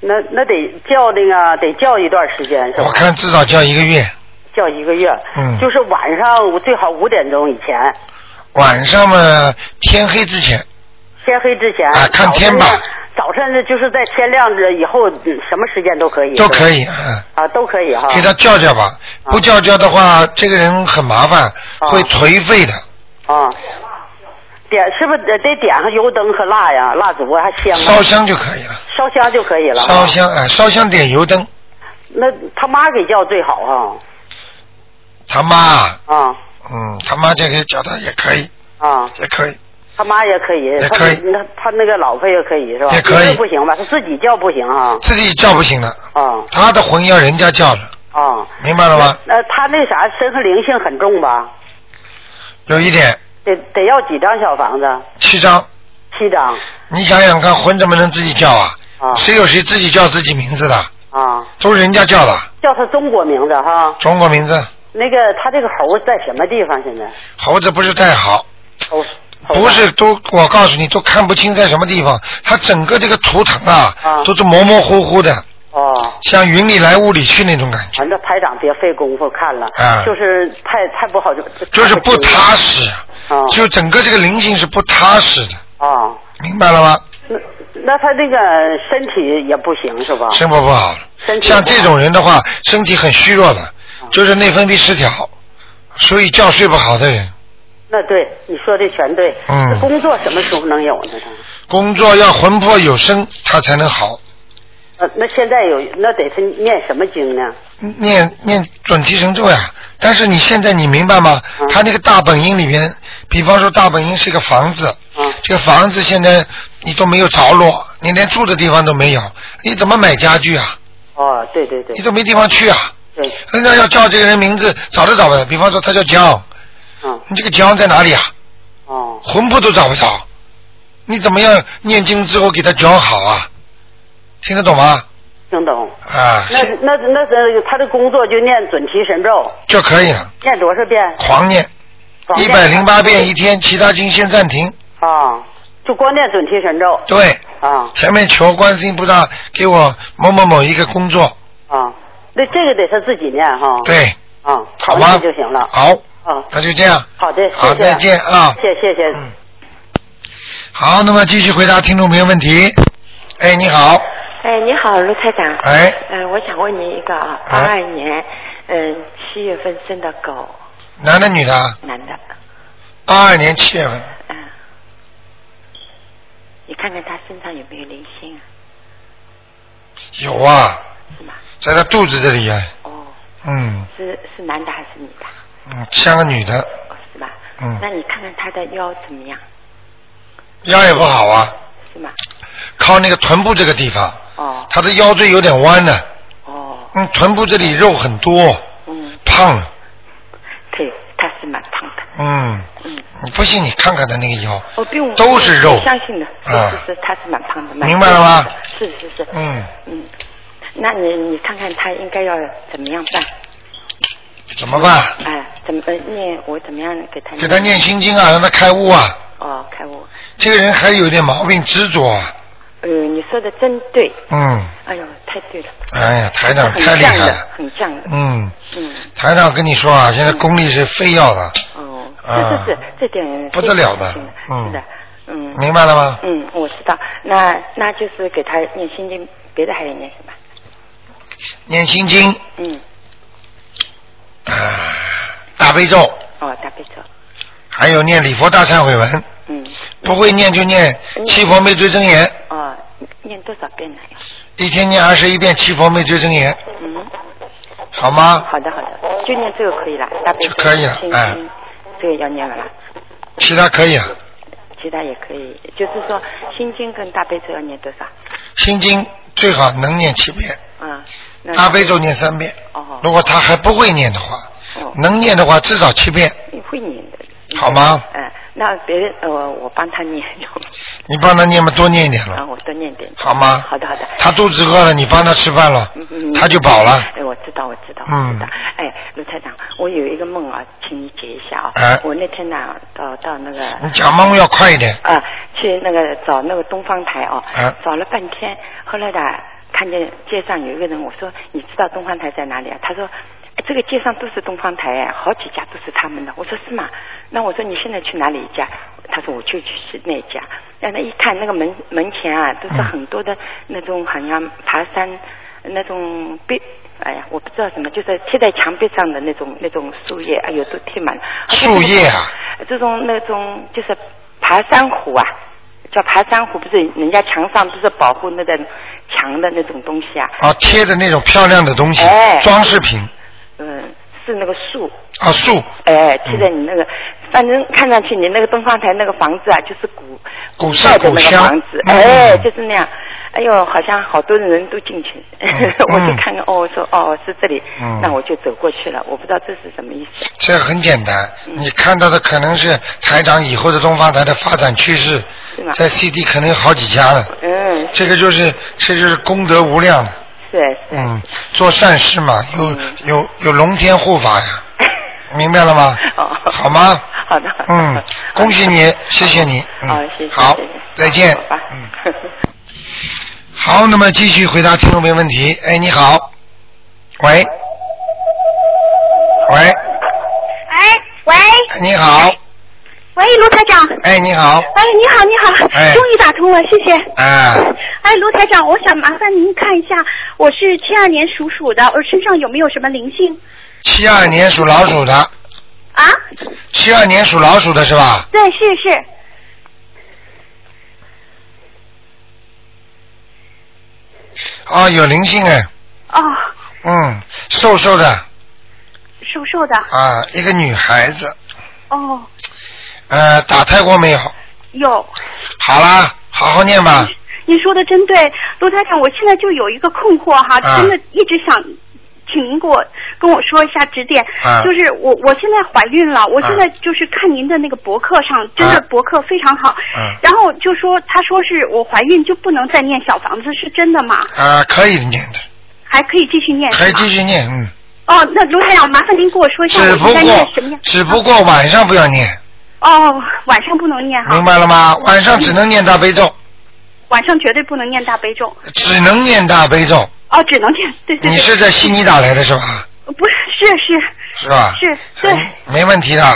F: 那那得叫那个得叫一段时间是吧
A: 我？看至少叫一个月，
F: 叫一个月，
A: 嗯
F: 就是晚上我最好五点钟以前，
A: 晚上嘛天黑之前，
F: 天黑之前。
A: 啊看天吧
F: 早晨呢。早晨就是在天亮这以后，嗯什么时间都可以。
A: 都可以
F: 是吧
A: 嗯，
F: 啊，都可以哈。
A: 给他叫叫吧。不叫叫的话，这个人很麻烦，会颓废的。
F: 啊。点是不是得得点上油灯和蜡呀？蜡烛啊还香啊。
A: 烧香就可以了，
F: 烧香就可以了。
A: 烧。香哎，烧香点油灯，
F: 那他妈给叫最好哈。
A: 他妈，
F: 啊
A: 嗯，他妈这个叫他也可以，
F: 啊。
A: 也可以。
F: 他妈也可以，
A: 也
F: 他
A: 可以
F: 那他那个老婆也可以是吧？
A: 也可以
F: 别人不行吧？他自己叫不行啊。
A: 自己叫不行的，
F: 啊
A: 他的魂要人家叫的，
F: 啊。
A: 明白了吗？
F: 呃，他那啥身上灵性很重吧？
A: 有一点，
F: 得得要几张小房子？
A: 七张。
F: 七张
A: 你想想看，魂怎么能自己叫啊？谁有谁自己叫自己名字的？
F: 啊，
A: 都是人家叫的，
F: 叫他中国名字哈。
A: 中国名字。
F: 那个他这个猴在什么地方？现在
A: 猴子不是太好，
F: 猴
A: 不是都我告诉你都看不清在什么地方，它整个这个图腾啊，都是模模糊糊的，
F: 哦，
A: 像云里来雾里去那种感觉，
F: 反正排长别费功夫看了，
A: 啊
F: 就是太太不好，
A: 就是不踏实，
F: 啊
A: 就整个这个灵性是不踏实的，
F: 啊。
A: 明白了吗？
F: 那那他那个身体也不行是吧？
A: 生活不好了。
F: 身体也不好
A: 像这种人的话，身体很虚弱的，就是内分泌失调，所以觉睡不好的人，
F: 那对你说的全对。
A: 嗯
F: 这工作什么时候能有呢？
A: 工作要魂魄有声，他才能好。
F: 呃，那现在有那得他念什么经呢？
A: 念念准提神咒呀。但是你现在你明白吗？他那个大本营里边，比方说大本营是一个房子，这个房子现在你都没有着落，你连住的地方都没有，你怎么买家具啊？
F: 哦，对对对
A: 你，都没地方去啊。
F: 对，
A: 人家要叫这个人名字，找都找不到。比方说他叫江，
F: 嗯，
A: 你这个江在哪里啊？
F: 哦，
A: 魂魄都找不着，你怎么样念经之后给他讲好啊？听得懂吗？
F: 听懂。
A: 啊，
F: 那那那那他的工作就念准提神咒，
A: 就可以了，
F: 念多少遍？
A: 狂念
F: 狂
A: 一
F: 念
A: 百零八遍一天，其他经先暂停。
F: 啊，就光念准提神咒。
A: 对，
F: 啊
A: 前面求观世音菩萨给我某某某一个工作，
F: 啊，那这个得他自己念哈。
A: 对，
F: 啊，
A: 好
F: 好
A: 吗
F: 念就行了。
A: 好，
F: 啊，
A: 那就这样。
F: 好的，谢谢。
A: 好再见啊
F: 谢谢谢谢。
A: 好，那么继续回答听众朋友问题。哎，你好，
K: 哎，你好，卢台长。
A: 哎
K: 嗯、我想问您一个啊，八
A: 哎
K: 二年，嗯、七月份生的狗，
A: 男的女的啊？
K: 男的，
A: 八二年七月份，
K: 你看看他身上有没有灵性啊？哦
A: 有啊，在他肚子这里啊。嗯
K: 是是男的还是女的？
A: 嗯，像个女的，
K: 是吧？
A: 嗯
K: 那你看看他的腰怎么样？
A: 腰也不好啊，
K: 是吗？
A: 靠那个臀部这个地方，
K: 哦
A: 她的腰椎有点弯呢。哦。嗯，臀部这里肉很多，
K: 嗯，
A: 胖，
K: 对，他是蛮胖的。
A: 嗯，你不信你看看她那个腰，
K: 我并哦不
A: 都是肉
K: 我相信的，
A: 啊
K: 是是是，他是蛮胖的，蛮
A: 明白了吗
K: 胖的？是是是，
A: 嗯，
K: 嗯，那你你看看他应该要怎么样办？
A: 怎么办？
K: 哎，怎么呃念我怎么样给他？
A: 给她念心经啊，让她开悟啊。
K: 哦，开悟。
A: 这个人还有点毛病，执着啊。
K: 哎呦，你说的真对，
A: 嗯，
K: 哎呦，太对了，
A: 哎呀，台长
K: 很
A: 太厉
K: 像
A: 害
K: 的
A: 了。，
K: 很像的，
A: 嗯，
K: 嗯，
A: 台长跟你说啊，现在功力是非要的，
K: 哦，
A: 啊
K: 是是是，这点
A: 不得了的
K: 非常高兴。
A: 嗯
K: 是的，嗯，
A: 明白了吗？
K: 嗯，我知道，那那就是给他念心经，别的还有念什么？
A: 念心经
K: 嗯，
A: 啊，大悲咒，
K: 哦，大悲咒，
A: 还有念礼佛大忏悔文。
K: 嗯。
A: 不会念就念七佛灭罪真言，
K: 哦，念多少遍呢？
A: 一天念二十一遍七佛灭罪真言，
K: 嗯，
A: 好吗？
K: 好的好的，就念这个可以了，大悲咒
A: 就可以了
K: 心
A: 哎
K: 经，这个要念了啦，
A: 其他可以啊。
K: 其他也可以，就是说心经跟大悲咒要念多少？
A: 心经最好能念七遍，
K: 啊，那
A: 大悲咒念三遍。
K: 哦，
A: 如果他还不会念的话，能念的话至少七遍，
K: 你会念的，
A: 好吗？
K: 嗯，那别人呃，我帮他念，
A: 你帮他念嘛，多念一点
K: 啊，
A: 了，
K: 我多念点，
A: 好吗？
K: 好的好的，
A: 他肚子饿了，你帮他吃饭了，
K: 嗯嗯
A: 他就饱了。
K: 哎，我知道，我知道。
A: 嗯，
K: 哎，卢台长，我有一个梦啊，请你解一下啊。
A: 哎
K: 我那天呢，到到那个。
A: 你讲梦要快一点
K: 啊，去那个找那个东方台啊，
A: 哎
K: 找了半天，后来呢，看见街上有一个人，我说你知道东方台在哪里啊？他说。哎这个街上都是东方台哎，好几家都是他们的。我说是吗？那我说你现在去哪里一家？他说我就去去那家。那那一看那个门门前啊，都是很多的那种好像爬山那种壁，哎呀，我不知道什么，就是贴在墙壁上的那种那种树叶，哎呦，都贴满了。
A: 树叶啊，
K: 这种那种就是爬山虎啊，叫爬山虎，不是人家墙上不是保护那个墙的那种东西啊，
A: 啊，贴的那种漂亮的东西
K: 哎，
A: 装饰品
K: 嗯，是那个树，
A: 啊，树
K: 哎，贴在你那个，反正看上去你那个东方台那个房子啊，就是古
A: 古色
K: 代的
A: 古
K: 那个
A: 香
K: 房子，
A: 嗯
K: 哎，就是那样。哎呦，好像好多人都进去， 我就看看，哦，我说哦是这里，
A: 嗯
K: 那我就走过去了，我不知道这是什么意思。
A: 这很简单，
K: 嗯
A: 你看到的可能是台长以后的东方台的发展趋势
K: 是吗，
A: 在 CD 可能有好几家呢。
K: 嗯，
A: 这个就是这就是功德无量的，
K: 是
A: 嗯，做善事嘛，
K: 嗯
A: 有有有龙天护法 呀，明白了吗？好吗？
K: 哦好的。
A: 嗯，恭喜你，谢谢你。
K: 好
A: 嗯，
K: 谢谢
A: 好
K: 谢谢，
A: 再见嗯
K: 好。吧。
A: 好，那么继续回答听众朋友问题。哎，你好，喂，喂，
L: 哎，喂，
A: 你好，
L: 喂，卢台长。
A: 哎，你好，
L: 哎，你好，你好，
A: 哎
L: 终于打通了，谢谢。
A: 哎，
L: 哎，卢台长，我想麻烦您看一下，我是七二年属鼠的，我身上有没有什么灵性
A: 七二年属老鼠的，
L: 啊？
A: 七二年属老鼠的是吧？
L: 对，是是，
A: 哦，有灵性哎，
L: 哦，
A: 嗯，瘦瘦的
L: 瘦瘦的，
A: 啊，一个女孩子，
L: 哦，
A: 呃，打胎过没有？
L: 有。
A: 好啦，好好念吧，
L: 您说的真对，卢台长，我现在就有一个困惑哈，
A: 啊
L: 真的一直想。请您给我跟我说一下指点，
A: 啊
L: 就是我我现在怀孕了，我
A: 啊
L: 现在就是看您的那个博客上，真的博客非常好，
A: 嗯，
L: 然后就说他说是我怀孕就不能再念小房子，是真的吗？
A: 啊，可以念的，
L: 还可以继续念？
A: 可以
L: 是吗
A: 继续念，嗯，
L: 哦，那卢台长，麻烦您给我说一下
A: 只
L: 我
A: 不
L: 应该念什
A: 过
L: 么样？
A: 只不过晚上不要念，
L: 哦，晚上不能念哈。
A: 明白了吗？晚上只能念大悲咒，
L: 晚上绝对不能念大悲咒。
A: 只能念大悲咒。
L: 哦，只能念对对对。呃
A: 你是在悉尼打来的是吧？
L: 不是是是
A: 是吧？
L: 是对
A: 没问题的，
L: 哦。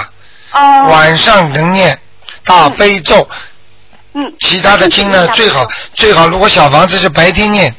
A: 嗯晚上能念大悲咒。
L: 嗯。
A: 其他的经呢，
L: 嗯
A: 最好最好，如果小房子是白天念。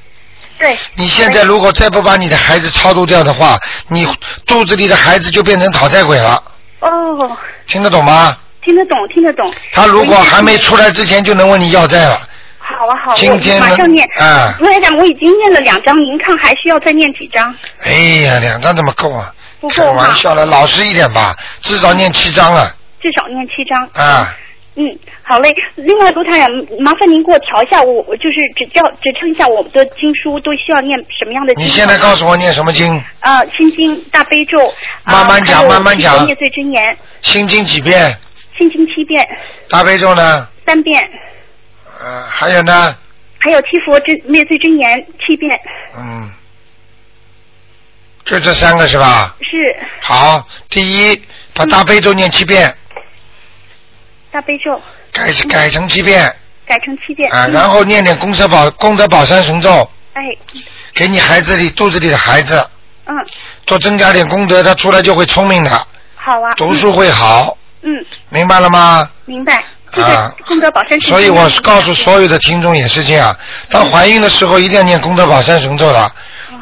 L: 对。
A: 你现在如果再不把你的孩子超度掉的话，你肚子里的孩子就变成讨债鬼了，
L: 哦，
A: 听得懂吗？
L: 听得懂听得懂。
A: 他如果还没出来之前就能问你要债了，
L: 好啊好，
A: 今天
L: 我
A: 呢
L: 马上念。
A: 啊
L: 卢台长，我已经念了两张，您看还需要再念几张？
A: 哎呀，两张怎么够啊？
L: 不够
A: 开玩
L: 哈，
A: 笑了，老实一点吧，至少念七张啊
L: 至少念七张。
A: 啊！
L: 嗯，好嘞。另外，卢台长，麻烦您给我调一下我，我就是指教指称一下我们的经书都需要念什么样的经。
A: 你现在告诉我念什么经？
L: 啊，心经、大悲咒，啊
A: 慢慢讲
L: 还有
A: 慢慢讲
L: 七佛灭罪真言，
A: 心经几遍？
L: 心经七遍，
A: 大悲咒呢？
L: 三遍，
A: 呃，还有呢？
L: 还有七佛真灭罪真言七遍，
A: 嗯，就这三个是吧？
L: 是
A: 好，第一，把大悲咒念七遍，
L: 大悲咒
A: 改改成七遍
L: 改成七遍。
A: 啊，
L: 嗯
A: 然后念点功德宝功德宝山神咒，
L: 哎，
A: 给你孩子里肚子里的孩子
L: 嗯，
A: 多增加点功德，他出来就会聪明的，
L: 好啊。
A: 读书会好，
L: 嗯。嗯，
A: 明白了吗？
L: 明白。这
A: 啊
L: 个功德宝山 神
A: 所以
L: 咒
A: 我
L: 念
A: 告诉所有的听众也是这样，当怀孕的时候一定要念功德宝山神咒的，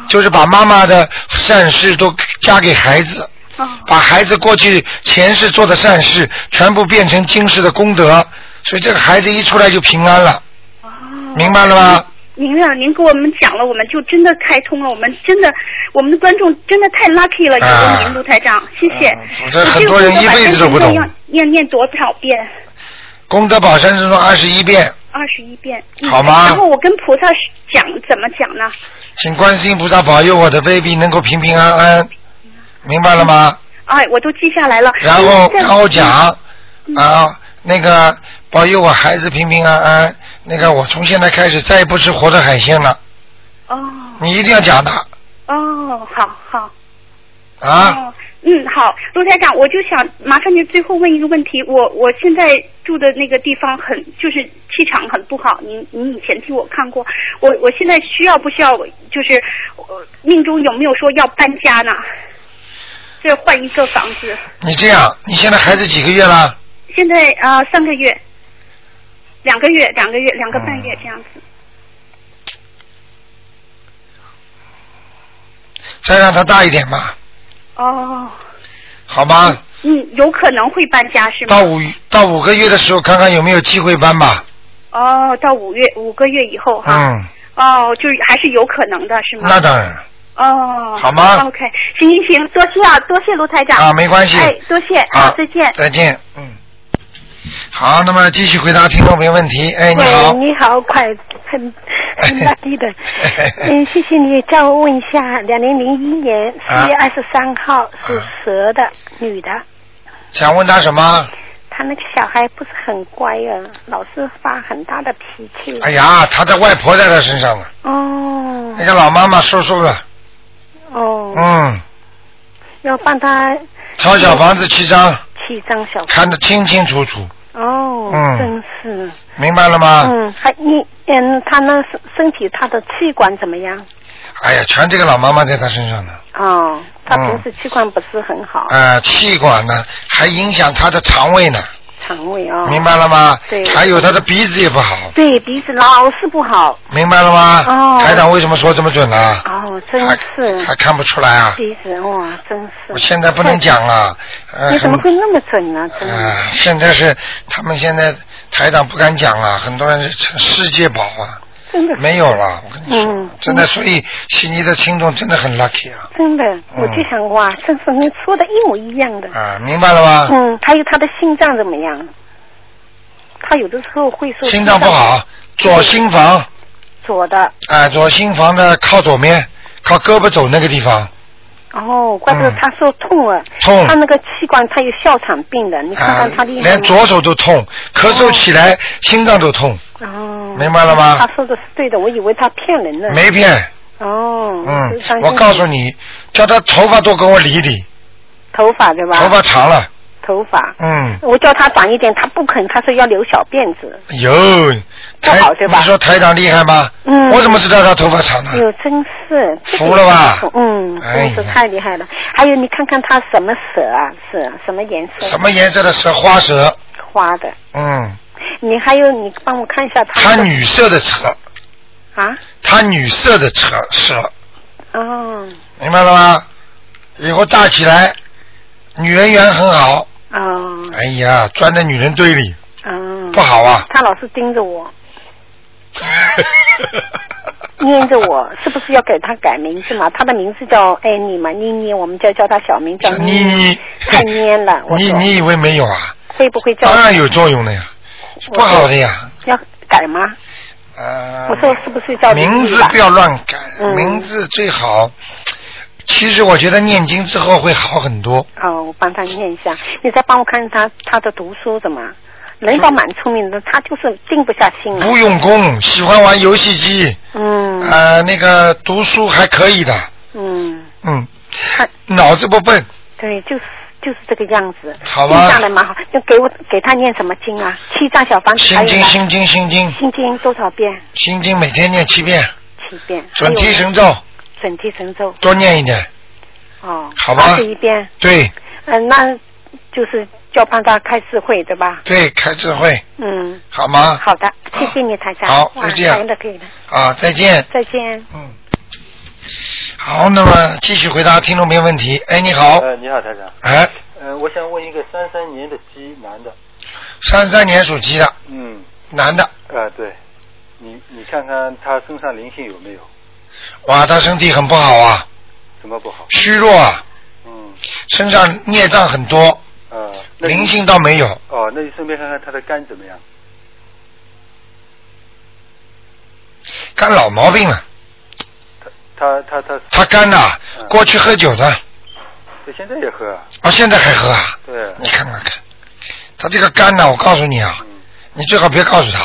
A: 就是把妈妈的善事都加给孩子，把孩子过去前世做的善事全部变成今世的功德，所以这个孩子一出来就平安了，明白了吗？
L: 您啊，您给我们讲了，我们就真的开通了，我们真的，我们的观众真的太 lucky 了，有
A: 啊
L: 了您，卢台长，谢谢。
A: 否则很多人一辈子都不懂
L: 我这个功德宝山神咒要念念多少遍？
A: 功德宝山神咒二十一遍，
L: 二十一遍。嗯
A: 好吗
L: 然后我跟菩萨讲怎么讲呢？
A: 请观世音菩萨保佑我的 baby 能够平平安安，明白了吗？
L: 哎，我都记下来了。
A: 然后
L: 嗯
A: 然后讲。
L: 嗯
A: 啊，那个保佑我孩子平平安安。那个我从现在开始再也不吃活的海鲜了。
L: 哦
A: 你一定要讲的
L: 哦，好好。
A: 啊！
L: 哦，嗯，好，卢台长，我就想麻烦您最后问一个问题，我我现在住的那个地方很就是气场很不好，您您以前替我看过，我我现在需要不需要就是、呃命中有没有说要搬家呢？这换一个房子，
A: 你这样，你现在孩子几个月了？
L: 现在啊、呃三个月，两个月，两个月，两个半月这样子，
A: 再让他大一点吧，
L: 哦，
A: 好吗？
L: 嗯，有可能会搬家是吗？
A: 到五到五个月的时候，看看有没有机会搬吧。
L: 哦，到五月五个月以后哈，
A: 嗯，
L: 哦，就是还是有可能的是吗？
A: 那当然了。
L: 哦，
A: 好吗
L: ？OK，行行行，多谢啊，多谢卢台长
A: 啊没关系
L: 哎，多谢，
A: 啊
L: 好，再见。
A: 再见。嗯。好，那么继续回答听众朋友问题。哎，你好
M: 喂。你好，快，很很大力的。嗯，谢谢你，叫我问一下，两零零一年四
A: 啊
M: 月二十三号属蛇的、女的，
A: 想问他什么？
M: 她那个小孩不是很乖啊，老是发很大的脾气。
A: 哎呀，他的外婆在他身上呢，
M: 哦
A: 那个老妈妈瘦瘦的，
M: 哦，
A: 嗯，
M: 要帮她
A: 抄小房子七张，
M: 七张小
A: 看得清清楚楚，
M: 哦，
A: 嗯
M: 真是。
A: 明白了吗？
M: 嗯，还你嗯，她那身身体她的气管怎么样？
A: 哎呀，全这个老妈妈在她身上呢，
M: 哦，她
A: 嗯
M: 平时气管不是很好，
A: 呃，气管呢还影响她的肠胃呢，
M: 肠胃啊、哦。
A: 明白了吗？
M: 对。
A: 还有她的鼻子也不好，
M: 对，鼻子老是不好。
A: 明白了吗？
M: 哦
A: 台长为什么说这么准呢、啊
M: 哦，真是。
A: 还看不出来啊？
M: 鼻子哇，真是。
A: 我现在不能讲了，呃，
M: 你怎么
A: 很
M: 会那么准呢、真的。
A: 呃，现在是他们现在台长不敢讲了，很多人是世界宝啊，
M: 真的是
A: 没有了，我跟你说，
M: 嗯
A: 真的，所以悉尼的听众真的很 lucky 啊，
M: 真的，我就想哇，真是你说的一模一样的。
A: 啊，明白了吗？
M: 嗯，还有他的心脏怎么样？他有的时候会说
A: 心脏不好，左心
M: 嗯
A: 房，啊、
M: 左的，
A: 左心房的靠左面，靠胳膊肘那个地方，啊
M: 哦，怪不得
A: 嗯
M: 他说痛啊，
A: 痛
M: 他那个器官他有哮喘病的，你看
A: 啊
M: 看他，厉害吗
A: 连左手都痛，咳嗽起来、心脏都痛，
M: 哦，
A: 明白了吗
M: 他说的是对的，我以为他骗人呢。
A: 没骗。
M: 哦，
A: 嗯
M: 真伤，心
A: 我告诉你，叫他头发多给我理一理，
M: 头发对吧？
A: 头发长了，
M: 头发，
A: 嗯，
M: 我叫他短一点，他不肯，他说要留小辫子。
A: 有台
M: 好对吧
A: 你说台长厉害吗？
M: 嗯，
A: 我怎么知道他头发长呢？
M: 哟，真是这个
A: 服了吧
M: 嗯，
A: 哎
M: 真是太厉害了。还有，你看看他什么蛇啊？是什么颜色？
A: 什么颜色的蛇？花蛇，
M: 花的？
A: 嗯，
M: 你还有，你帮我看一下他
A: 它女色的蛇，
M: 啊？
A: 它女色的蛇蛇，
M: 哦
A: 明白了吗？以后大起来，女人缘很好。
M: 哦
A: 哎呀，钻在女人堆里
M: 哦，
A: 不好啊！
M: 他老是盯着我。念着我，是不是要给他改名字嘛？他的名字叫哎你嘛妮妮，我们就叫他小名叫妮妮，太蔫了。嗯我
A: 你
M: 说
A: 你以为没有啊？
M: 会不会叫？
A: 当然有作用的呀，
M: 我
A: 不好的呀。
M: 要改吗？
A: 呃
M: 我说是不是叫妮妮
A: 名字
M: 吧
A: 不要乱改，
M: 嗯
A: 名字最好。其实我觉得念经之后会好很多。
M: 哦，我帮他念一下，你再帮我看他他的读书怎么？人倒蛮聪明的，他就是定不下心来。
A: 不用功，喜欢玩游戏机，
M: 嗯
A: 呃，那个读书还可以的，
M: 嗯，
A: 嗯，脑子不笨，
M: 对，就是就是这个样子。
A: 好吧
M: 吧。下来蛮好，就给我给他念什么经啊？七张小房子。
A: 心经心经心经
M: 心经多少遍？
A: 心经每天念七遍，
M: 七遍。
A: 准提
M: 还有
A: 神咒
M: 准提神咒。
A: 多念一点，
M: 哦。
A: 好吧
M: 二十一遍。
A: 对
M: 嗯、那就是叫帮他开智慧，对吧？
A: 对，开智慧，
M: 嗯。
A: 好吗？
M: 好的，谢谢你，台长。
A: 好
M: 哇
A: 再见
M: 可以了，可以了。
A: 啊，再见。
M: 再见。
A: 嗯。好，那么继续回答听众朋友问题。哎，你好，
N: 呃，你好，台长。
A: 哎，
N: 嗯，我想问一个三三年的鸡男的。
A: 三三年属鸡的
N: 嗯。
A: 男的，
N: 啊，对。你你看看他身上灵性有没有？
A: 哇，他身体很不好啊，
N: 什么不好？
A: 虚弱啊，
N: 嗯。
A: 身上孽障很多，
N: 呃。那你
A: 灵性倒没有。
N: 哦，那你顺便看看他的肝怎么样？
A: 肝老毛病了，
N: 他他他。
A: 他肝呐、
N: 嗯
A: 过去喝酒的，
N: 他现在也喝啊。
A: 哦，现在还喝啊？
N: 对。
A: 你看看看，他这个肝呐、我告诉你啊，
N: 嗯
A: 你最好别告诉他，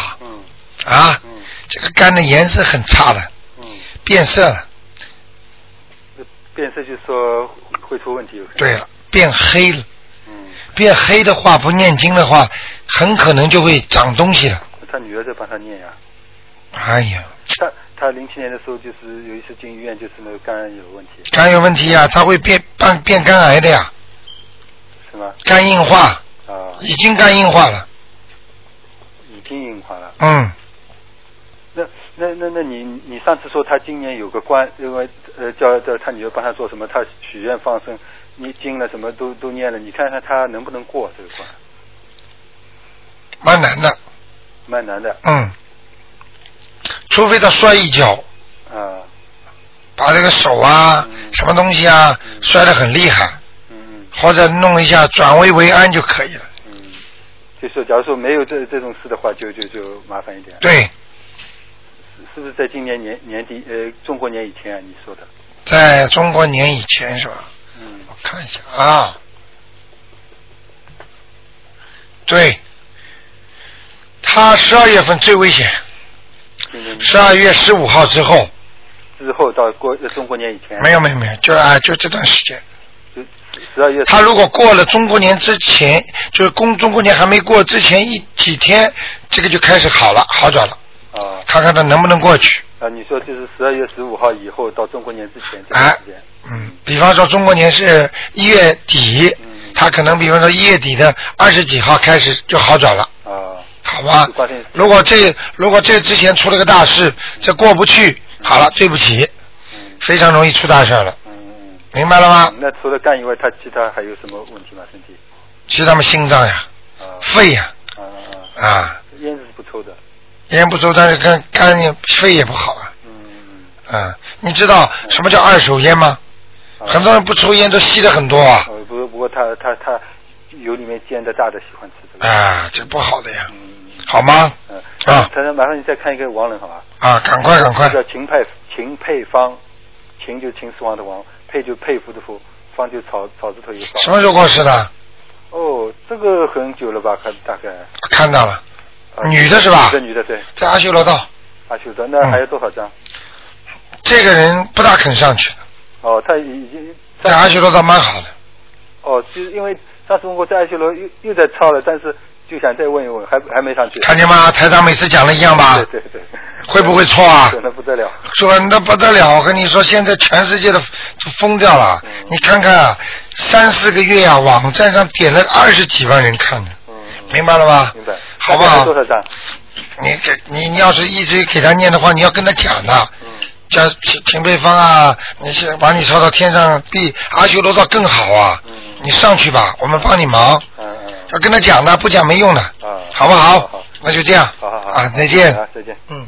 A: 啊，这个肝的颜色很差的，
N: 嗯
A: 变色了，
N: 变色就是说会出问题有可能。
A: 对了，变黑了，
N: 嗯
A: 变黑的话，不念经的话，很可能就会长东西了。
N: 他女儿在帮他念呀、
A: 哎呀，
N: 他他零七年的时候就是有一次进医院，就是那个肝有问题，
A: 肝有问题呀、它会变变变肝癌的呀，
N: 是吗？
A: 肝硬化，
N: 啊，
A: 已经肝硬化了，
N: 已经硬化了。
A: 嗯，
N: 那那那那你你上次说他今年有个关，因为呃叫叫他女儿帮他做什么，他许愿放生，你经了什么都都念了，你看看他能不能过这个关，
A: 蛮难的，
N: 蛮难的
A: 嗯，除非他摔一跤，
N: 啊。
A: 把这个手啊，什么东西啊，摔得很厉害，或者弄一下转危为安就可以了。
N: 就说假如说没有这这种事的话，就就就麻烦一点。
A: 对，
N: 是，是不是在今年年年底呃中国年以前啊？你说的
A: 在中国年以前是吧？
N: 嗯，
A: 我看一下啊，对，他十二月份最危险，十二月十五号之后，
N: 之后到过呃中国年以前
A: 没有没有没有，就啊就这段时间。
N: 十二月
A: 他如果过了中国年之前，就是公中国年还没过之前一几天，这个就开始好了，好转了，
N: 啊
A: 看看他能不能过去。
N: 啊，你说就是十二月十五号以后到中国年之前这
A: 哎
N: 段时间，
A: 嗯，比方说中国年是一月底，他可能比方说一月底的二十几号开始就好转了，
N: 啊，
A: 好吧
N: 就关键？
A: 如果这如果这之前出了个大事，这过不去，好了，对不起，非常容易出大事了，明白了吗？
N: 嗯那除了肝以外，他其他还有什么问题吗？身体？
A: 其他们心脏呀、肺呀、
N: 啊啊
A: 啊，
N: 烟是不抽的，
A: 烟不抽，但是肝肝也肺也不好啊。啊，你知道什么叫二手烟吗？很多人不抽烟都吸的很多啊，
N: 呃，啊不过不过他他他油里面煎的炸的喜欢吃这个，
A: 啊，这不好的呀，好吗？
N: 嗯
A: 啊
N: 他说麻烦你再看一个亡人好吧？
A: 啊，赶快赶快，
N: 叫秦佩秦佩芳，秦就秦始皇的王，佩就佩服的服，芳就草草字头一个芳。
A: 什么时候过世的？
N: 哦，这个很久了吧？看大概。
A: 看到了，
N: 啊
A: 女的是吧
N: 女的女的对。
A: 在阿修罗道。嗯
N: 阿修罗，那还有多少张？
A: 这个人不大肯上去，
N: 哦，他已经
A: 在阿修罗道蛮好的，
N: 哦，就是因为上次我在阿修罗又又在抄了，但是就想再问一问，还还没上去。
A: 看见吗台长每次讲的一样吧
N: 对对对。
A: 会不会错 啊
N: 准的不得了。
A: 准的不得了。我跟你说，现在全世界的都疯掉了，你看看啊，三四个月啊，网站上点了二十几万人看的，明白了吧？
N: 明白。
A: 好不好
N: 多少张？
A: 你给你你要是一直给他念的话，你要跟他讲的，叫秦秦佩芳啊，你是把你抄到天上，比阿修罗道更好啊，你上去吧，我们帮你忙，要跟他讲的，不讲没用的，
N: 啊。
A: 好不好？那就这样，
N: 好好好。
A: 啊再见
N: 啊，再见。
A: 嗯。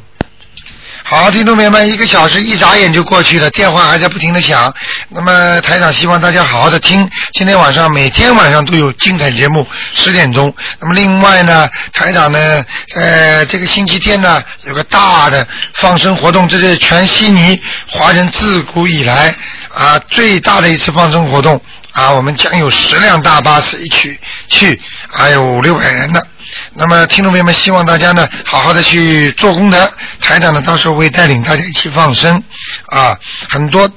A: 好，听众朋友们，一个小时一眨眼就过去了，电话还在不停的响。那么台长希望大家好好的听，今天晚上每天晚上都有精彩节目，十点钟。那么另外呢，台长呢，呃，这个星期天呢有个大的放生活动，这是全悉尼华人自古以来啊最大的一次放生活动啊，我们将有十辆大巴士一起去，还有五六百人的。那么，听众朋友们，希望大家呢，好好的去做功德。台长呢，到时候会带领大家一起放生，啊，很多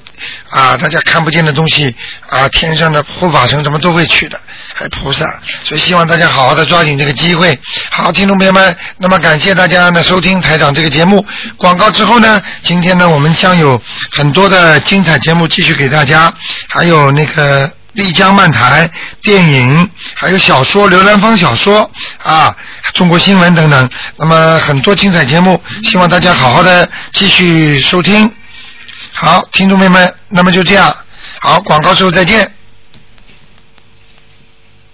A: 啊，大家看不见的东西啊，天上的护法神什么都会去的，还有菩萨。所以希望大家好好的抓紧这个机会。好，听众朋友们，那么感谢大家呢收听台长这个节目。广告之后呢，今天呢，我们将有很多的精彩节目继续给大家，还有那个。丽江漫谈、电影，还有小说、刘兰芳小说啊，中国新闻等等，那么很多精彩节目，希望大家好好的继续收听。好，听众朋友们，那么就这样，好，广告之后再见。